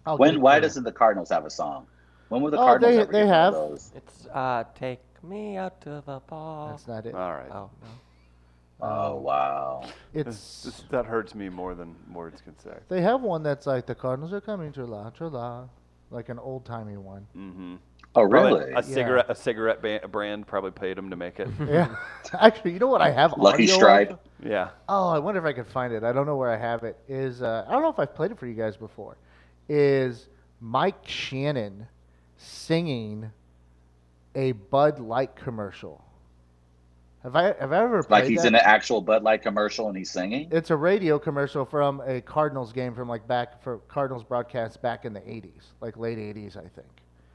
I'll get it When? Why for you. doesn't the Cardinals have a song? When will the Oh, Cardinals? they- ever they get one have. of Those? It's uh take me out to the ball. That's not it. All right, Oh. Oh wow! This- It's this- that hurts me more than words can say. They have one that's like the Cardinals are coming to La Tra La, like an old timey one. hmm Oh really? A cigarette, a cigarette ba- brand probably paid him to make it. Yeah, actually, you know what I have? Lucky audio of? Strike. yeah. Oh, I wonder if I could find it. I don't know where I have it. Is uh, I don't know if I've played it for you guys before. Is Mike Shannon singing a Bud Light commercial. Have I have I ever played Like he's that? in an actual Bud Light commercial and he's singing. It's a radio commercial from a Cardinals game from like back for Cardinals broadcast back in the '80s, like late '80s, I think.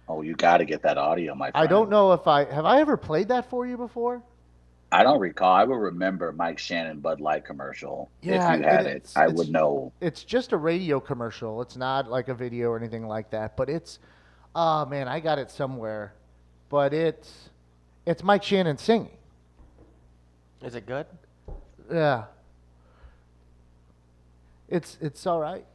Oh, you got to get that audio, my friend. I don't know if I have I ever played that for you before. I don't recall. I would remember Mike Shannon Bud Light commercial. Yeah, if you had and it, it's- I it's- would know. It's just a radio commercial. It's not like a video or anything like that. But it's, oh man, I got it somewhere. But it's, it's Mike Shannon singing. Is it good? Yeah. It's it's all right.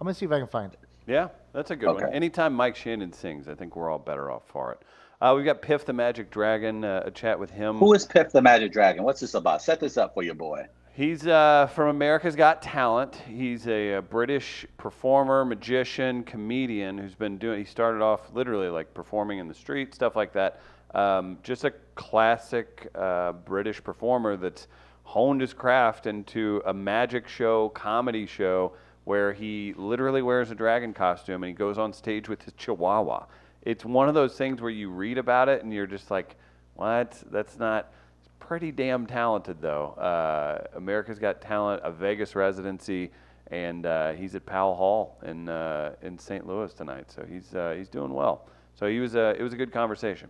I'm gonna see if I can find it. Yeah, that's a good one. Okay. Anytime Mike Shannon sings, I think we're all better off for it. Uh, we've got Piff the Magic Dragon, uh, a chat with him. Who is Pip the Magic Dragon? What's this about? Set this up for your boy. He's uh, from America's Got Talent. He's a, a British performer, magician, comedian who's been doing. He started off literally like performing in the street, stuff like that. Um, just a classic uh, British performer that's honed his craft into a magic show, comedy show, where he literally wears a dragon costume and he goes on stage with his chihuahua. It's one of those things where you read about it and you're just like, what? That's not. He's pretty damn talented, though. Uh, America's Got Talent, a Vegas residency, and uh, he's at Powell Hall in uh, in St. Louis tonight. So he's uh, he's doing well. So he was uh, it was a good conversation.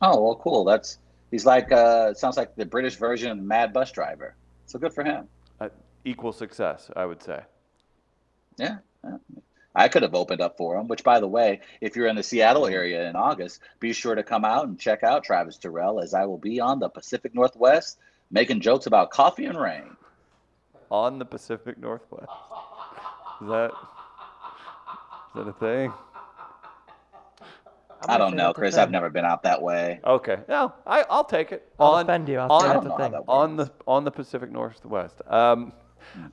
Oh well, cool. That's he's like uh, it sounds like the British version of the Mad Bus Driver. So good for him. Uh, equal success, I would say. Yeah. yeah. I could have opened up for him, which, by the way, if you're in the Seattle area in August, be sure to come out and check out Travis Terrell as I will be on the Pacific Northwest making jokes about coffee and rain. On the Pacific Northwest. Is that is that a thing? I'm gonna I don't say know, that's a Chris. I've thing. never been out that way. Okay. No, I, I'll take it. I'll on, defend you. I'll on, say I that's don't a know how thing. that on the on the Pacific Northwest. Um,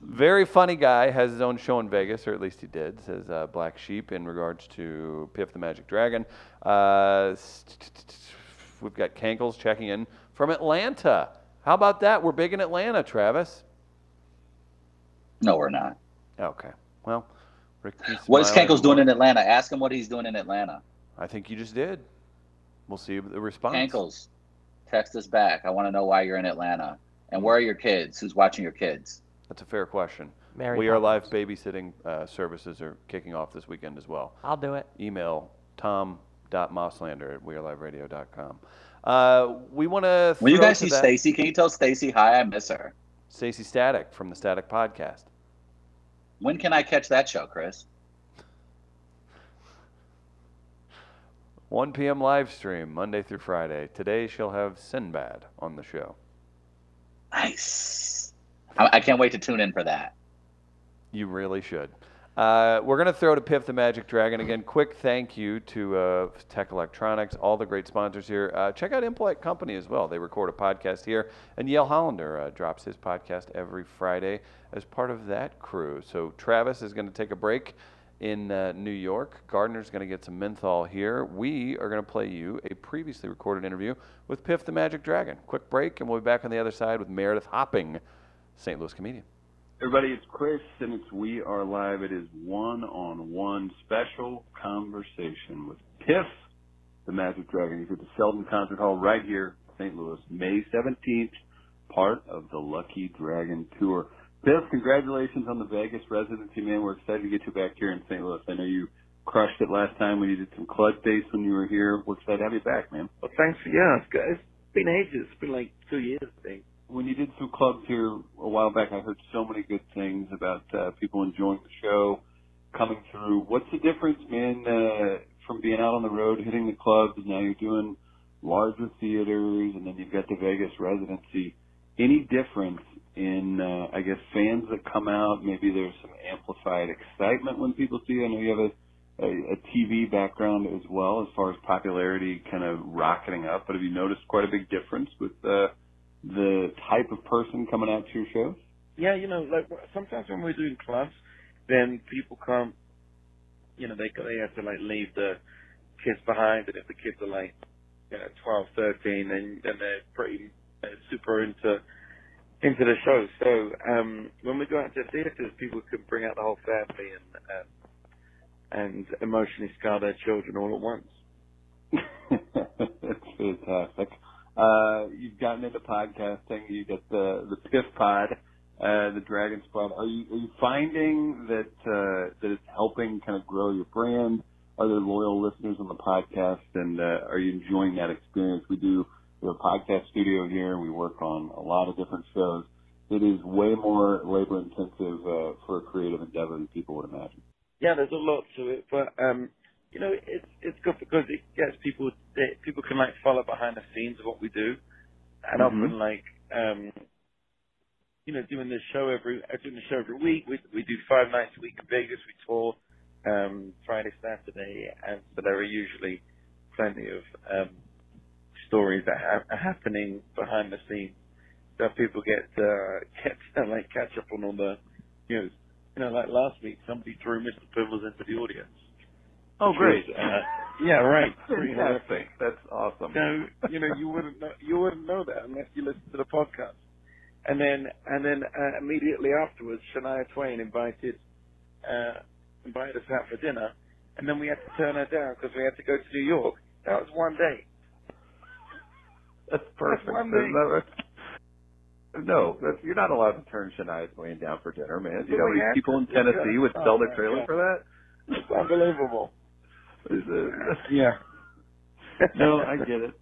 very funny guy has his own show in Vegas, or at least he did. Says uh, Black Sheep in regards to Piff the Magic Dragon. Uh, s- t- t- t- we've got Cankles checking in from Atlanta. How about that? We're big in Atlanta, Travis. No, we're not. Okay. Well, Rick. D. What is Smiley- Kankles doing in Atlanta? Ask him what he's doing in Atlanta. I think you just did. We'll see the response. Kankles, text us back. I want to know why you're in Atlanta. And where are your kids? Who's watching your kids? That's a fair question. Mary we are live babysitting uh, services are kicking off this weekend as well. I'll do it. email tom.mosslander at weareliveradio.com. Uh, we want to. When you guys see Stacy, can you tell Stacy hi? I miss her. Stacy Static from the Static Podcast. When can I catch that show, Chris? 1 p.m. live stream Monday through Friday. Today she'll have Sinbad on the show. Nice. I, I can't wait to tune in for that. You really should. Uh, we're going to throw to Piff the Magic Dragon again. Quick thank you to uh, Tech Electronics, all the great sponsors here. Uh, check out Impolite Company as well. They record a podcast here, and Yale Hollander uh, drops his podcast every Friday as part of that crew. So Travis is going to take a break in uh, New York. Gardner's going to get some menthol here. We are going to play you a previously recorded interview with Piff the Magic Dragon. Quick break, and we'll be back on the other side with Meredith Hopping, St. Louis comedian. Everybody, it's Chris, and it's We Are Live. It is one on one special conversation with Piff, the Magic Dragon. He's at the Selden Concert Hall right here, St. Louis, May 17th, part of the Lucky Dragon Tour. Piff, congratulations on the Vegas residency, man. We're excited to get you back here in St. Louis. I know you crushed it last time when you did some clutch dates when you were here. We're excited to have you back, man. Well, thanks. Yeah, it's, good. it's been ages. It's been like two years, I think. when you did some clubs here a while back, I heard so many good things about uh, people enjoying the show, coming through. What's the difference, man, uh, from being out on the road, hitting the clubs, and now you're doing larger theaters, and then you've got the Vegas residency? Any difference in, uh, I guess, fans that come out? Maybe there's some amplified excitement when people see you. I know you have a a, a TV background as well, as far as popularity kind of rocketing up. But have you noticed quite a big difference with uh, the type of person coming out to your shows? Yeah, you know, like wh- sometimes when we're doing clubs, then people come, you know, they they have to like leave the kids behind, and if the kids are like, you know, twelve, thirteen, then then they're pretty uh, super into into the show. So um, when we go out to theaters, people can bring out the whole family and um, and emotionally scar their children all at once. fantastic. Uh, you've gotten into podcasting. You got the the Piff Pod, uh, the Dragon Squad. Are you are you finding that uh, that it's helping kind of grow your brand? Are there loyal listeners on the podcast, and uh, are you enjoying that experience? We do we have a podcast studio here, and we work on a lot of different shows. It is way more labor intensive uh, for a creative endeavor than people would imagine. yeah, there's a lot to it, but um, you know, it's it's good because it gets people they, people can like follow behind the scenes of what we do, and Mhm. often like um, you know, doing this show every uh, doing the show every week. We we do five nights a week in Vegas. We tour um, Friday, Saturday, and so there are usually plenty of um, stories that ha- are happening behind the scenes that people get uh, get to, like catch up on all the news you know, like last week, somebody threw Mr. Pibbles into the audience. Oh, Which was, uh, yeah, right. Pretty Fantastic. That's awesome. no, you know, you wouldn't know, you wouldn't know that unless you listened to the podcast. And then, and then uh, immediately afterwards, Shania Twain invited uh, invited us out for dinner, and then we had to turn her down because we had to go to New York. That was one day. That's perfect. That's one Isn't that right? No, that's, you're not allowed to turn Shania Twain down for dinner, man. You Well, know, we these have people in to. Tennessee would Oh, sell their my trailer God. for that. It's unbelievable. Is it- Yeah. no, I get it.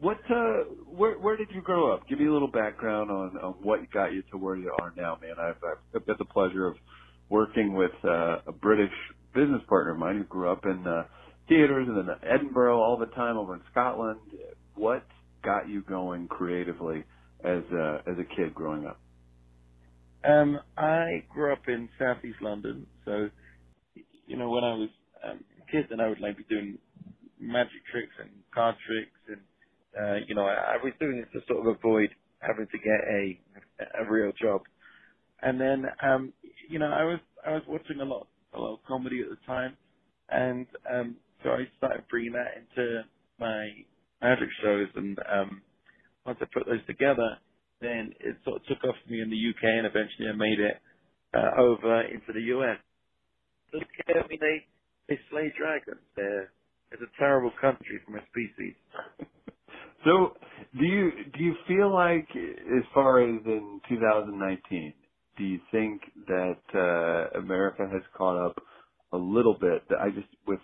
What? Uh, where Where did you grow up? Give me a little background on on what got you to where you are now, man. I've I've got the pleasure of working with uh, a British business partner of mine who grew up in uh, theaters and in Edinburgh all the time over in Scotland. What got you going creatively as a, as a kid growing up? Um, I grew up in southeast London, so you know when I was um, a kid, then I would like be doing magic tricks and card tricks, and uh, you know I, I was doing it to sort of avoid having to get a a real job. And then um, you know I was I was watching a lot a lot of comedy at the time, and um, so I started bringing that into my magic shows, and um, once I put those together, then it sort of took off for me in the UK, and eventually I made it uh, over into the US. Look, I mean, they they slay dragons. They're it's a terrible country for my species. So, do you do you feel like, as far as in 2019, do you think that uh, America has caught up a little bit? That I just with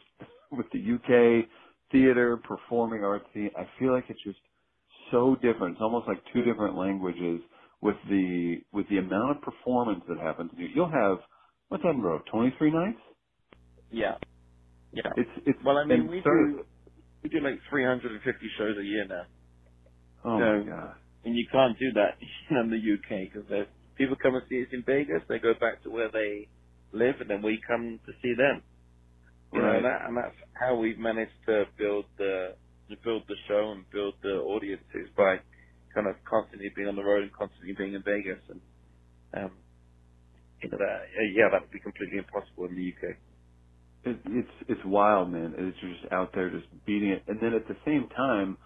with the UK theater performing arts scene, I feel like it's just so different. It's almost like two different languages with the with the amount of performance that happens. You- You'll have what's Edinburgh, 23 nights. Yeah, yeah. It's it's Well, I mean, we absurd. do we do like 350 shows a year now, Oh so- my god. and you can't do that in um, the UK because people come and see us in Vegas. They go back to where they live, and then we come to see them. You know, Right. and, that, and that's how we've managed to build the to build the show and build the audiences by kind of constantly being on the road and constantly being in Vegas. And um, you know, that, uh, yeah, that would be completely impossible in the UK. it, it's it's wild, man. It's just out there just beating it, and then at the same time,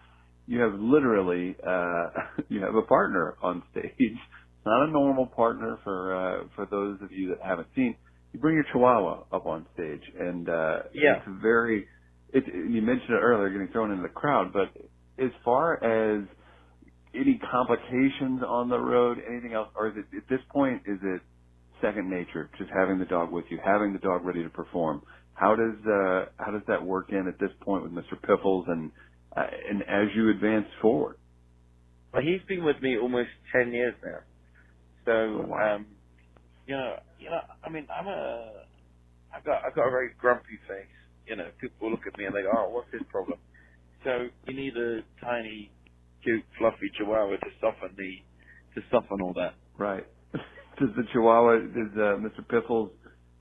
you have literally uh, you have a partner on stage. It's not a normal partner for uh, for those of you that haven't seen. You bring your Chihuahua up on stage, and uh, Yeah. it's very. It, you mentioned it earlier, getting thrown into the crowd, but as far as any complications on the road, anything else, or is it at this point is it second nature, just having the dog with you, having the dog ready to perform? How does uh, how does that work in at this point with Mr. Piffles and uh, and as you advance forward? But he's been with me almost ten years now. So Oh, wow. um you know you know, I mean I'm a I've got I've got a very grumpy face. You know, people look at me and they go, Oh, what's his problem? So you need a tiny, cute, fluffy chihuahua to soften the to soften all that. Right. does the Chihuahua does uh, Mr. Piffles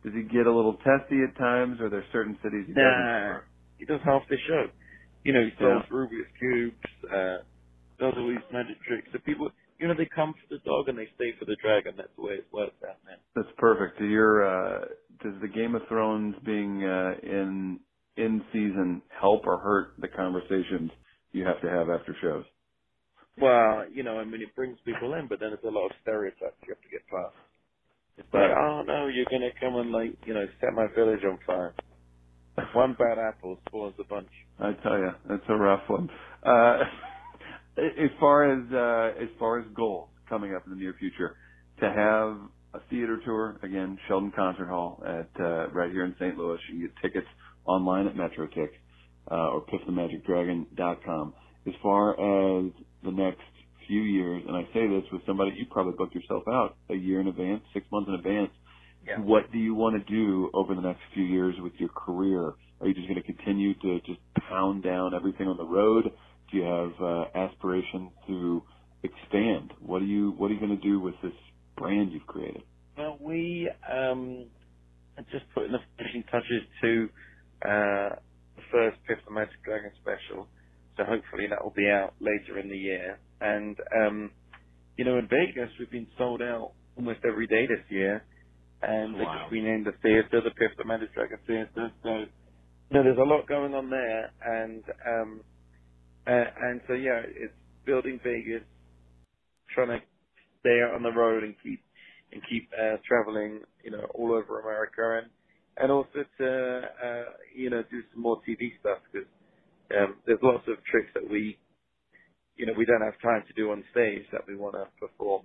does he get a little testy at times? Or are there certain cities he Nah. He does half the show. You know, he solves Rubik's cubes, uh does all these magic tricks. So people you know, they come for the dog and they stay for the dragon, that's the way it works out man. That's perfect. Do your uh, does the Game of Thrones being uh, in in season help or hurt the conversations you have to have after shows? Well, you know, I mean, it brings people in, but then there's a lot of stereotypes you have to get past. It's like, Right. oh no, you're gonna come and like, you know, set my village on fire. One bad apple spoils the bunch. I tell you, that's a rough one. Uh, as far as uh, as far as goals coming up in the near future, to have a theater tour again, Sheldon Concert Hall at uh, right here in St. Louis. You can get tickets online at MetroTick uh, or piffthemagicdragon.com. As far as the next few years, and I say this with somebody you probably booked yourself out a year in advance, six months in advance Yeah. what do you want to do over the next few years with your career? Are you just going to continue to just pound down everything on the road? Do you have uh, aspiration to expand? What are you What are you going to do with this brand you've created? Well, we um, are just putting the finishing touches to uh, the first Piff the Magic Dragon special, so hopefully that will be out later in the year. And um, you know, in Vegas, we've been sold out almost every day this year, and they Wow. just renamed the theater the Piff the Magic Dragon Theater. So you know, there's a lot going on there, and um, uh, and so yeah, it's building Vegas, trying to stay out on the road and keep and keep uh, traveling, you know, all over America, and and also to uh, you know do some more TV stuff because um, there's lots of tricks that we, you know, we don't have time to do on stage that we want to perform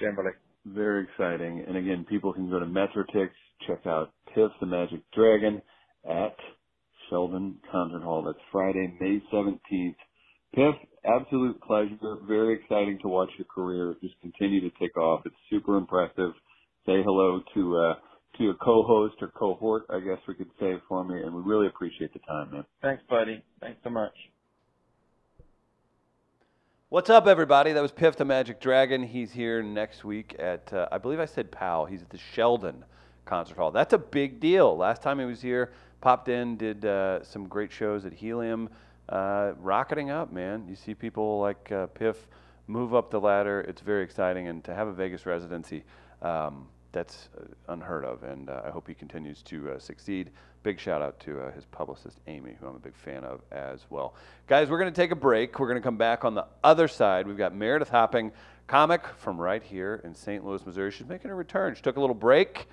generally. Very exciting. And again, people can go to Metrotix, check out Piff the Magic Dragon at Sheldon Concert Hall. That's Friday, May 17th. Piff, absolute pleasure. Very exciting to watch your career just continue to take off. It's super impressive. Say hello to, uh, to your co-host or cohort, I guess we could say for me. And we really appreciate the time, man. Thanks, buddy. Thanks so much. What's up, everybody? That was Piff the Magic Dragon. He's here next week at, uh, I believe I said Powell. He's at the Sheldon Concert Hall. That's a big deal. Last time he was here, popped in, did uh, some great shows at Helium. Uh, rocketing up, man. You see people like uh, Piff move up the ladder. It's very exciting. And to have a Vegas residency, um, that's uh, unheard of. And uh, I hope he continues to uh, succeed. Big shout out to uh, his publicist, Amy, who I'm a big fan of as well. Guys, we're going to take a break. We're going to come back on the other side. We've got Meredith Hopping, comic from right here in St. Louis, Missouri. She's making a return. She took a little break.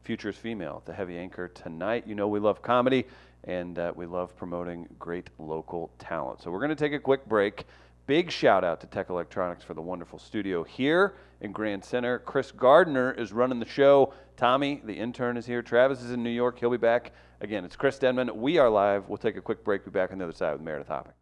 Futures Female at the Heavy Anchor tonight. You know we love comedy and uh, we love promoting great local talent. So we're going to take a quick break. Big shout out to Tech Electronics for the wonderful studio here in Grand Center. Chris Gardner is running the show. Tommy, the intern, is here. Travis is in New York. He'll be back. Again, it's Chris Denman. We are live. We'll take a quick break. Be back on the other side with Meredith Hopping.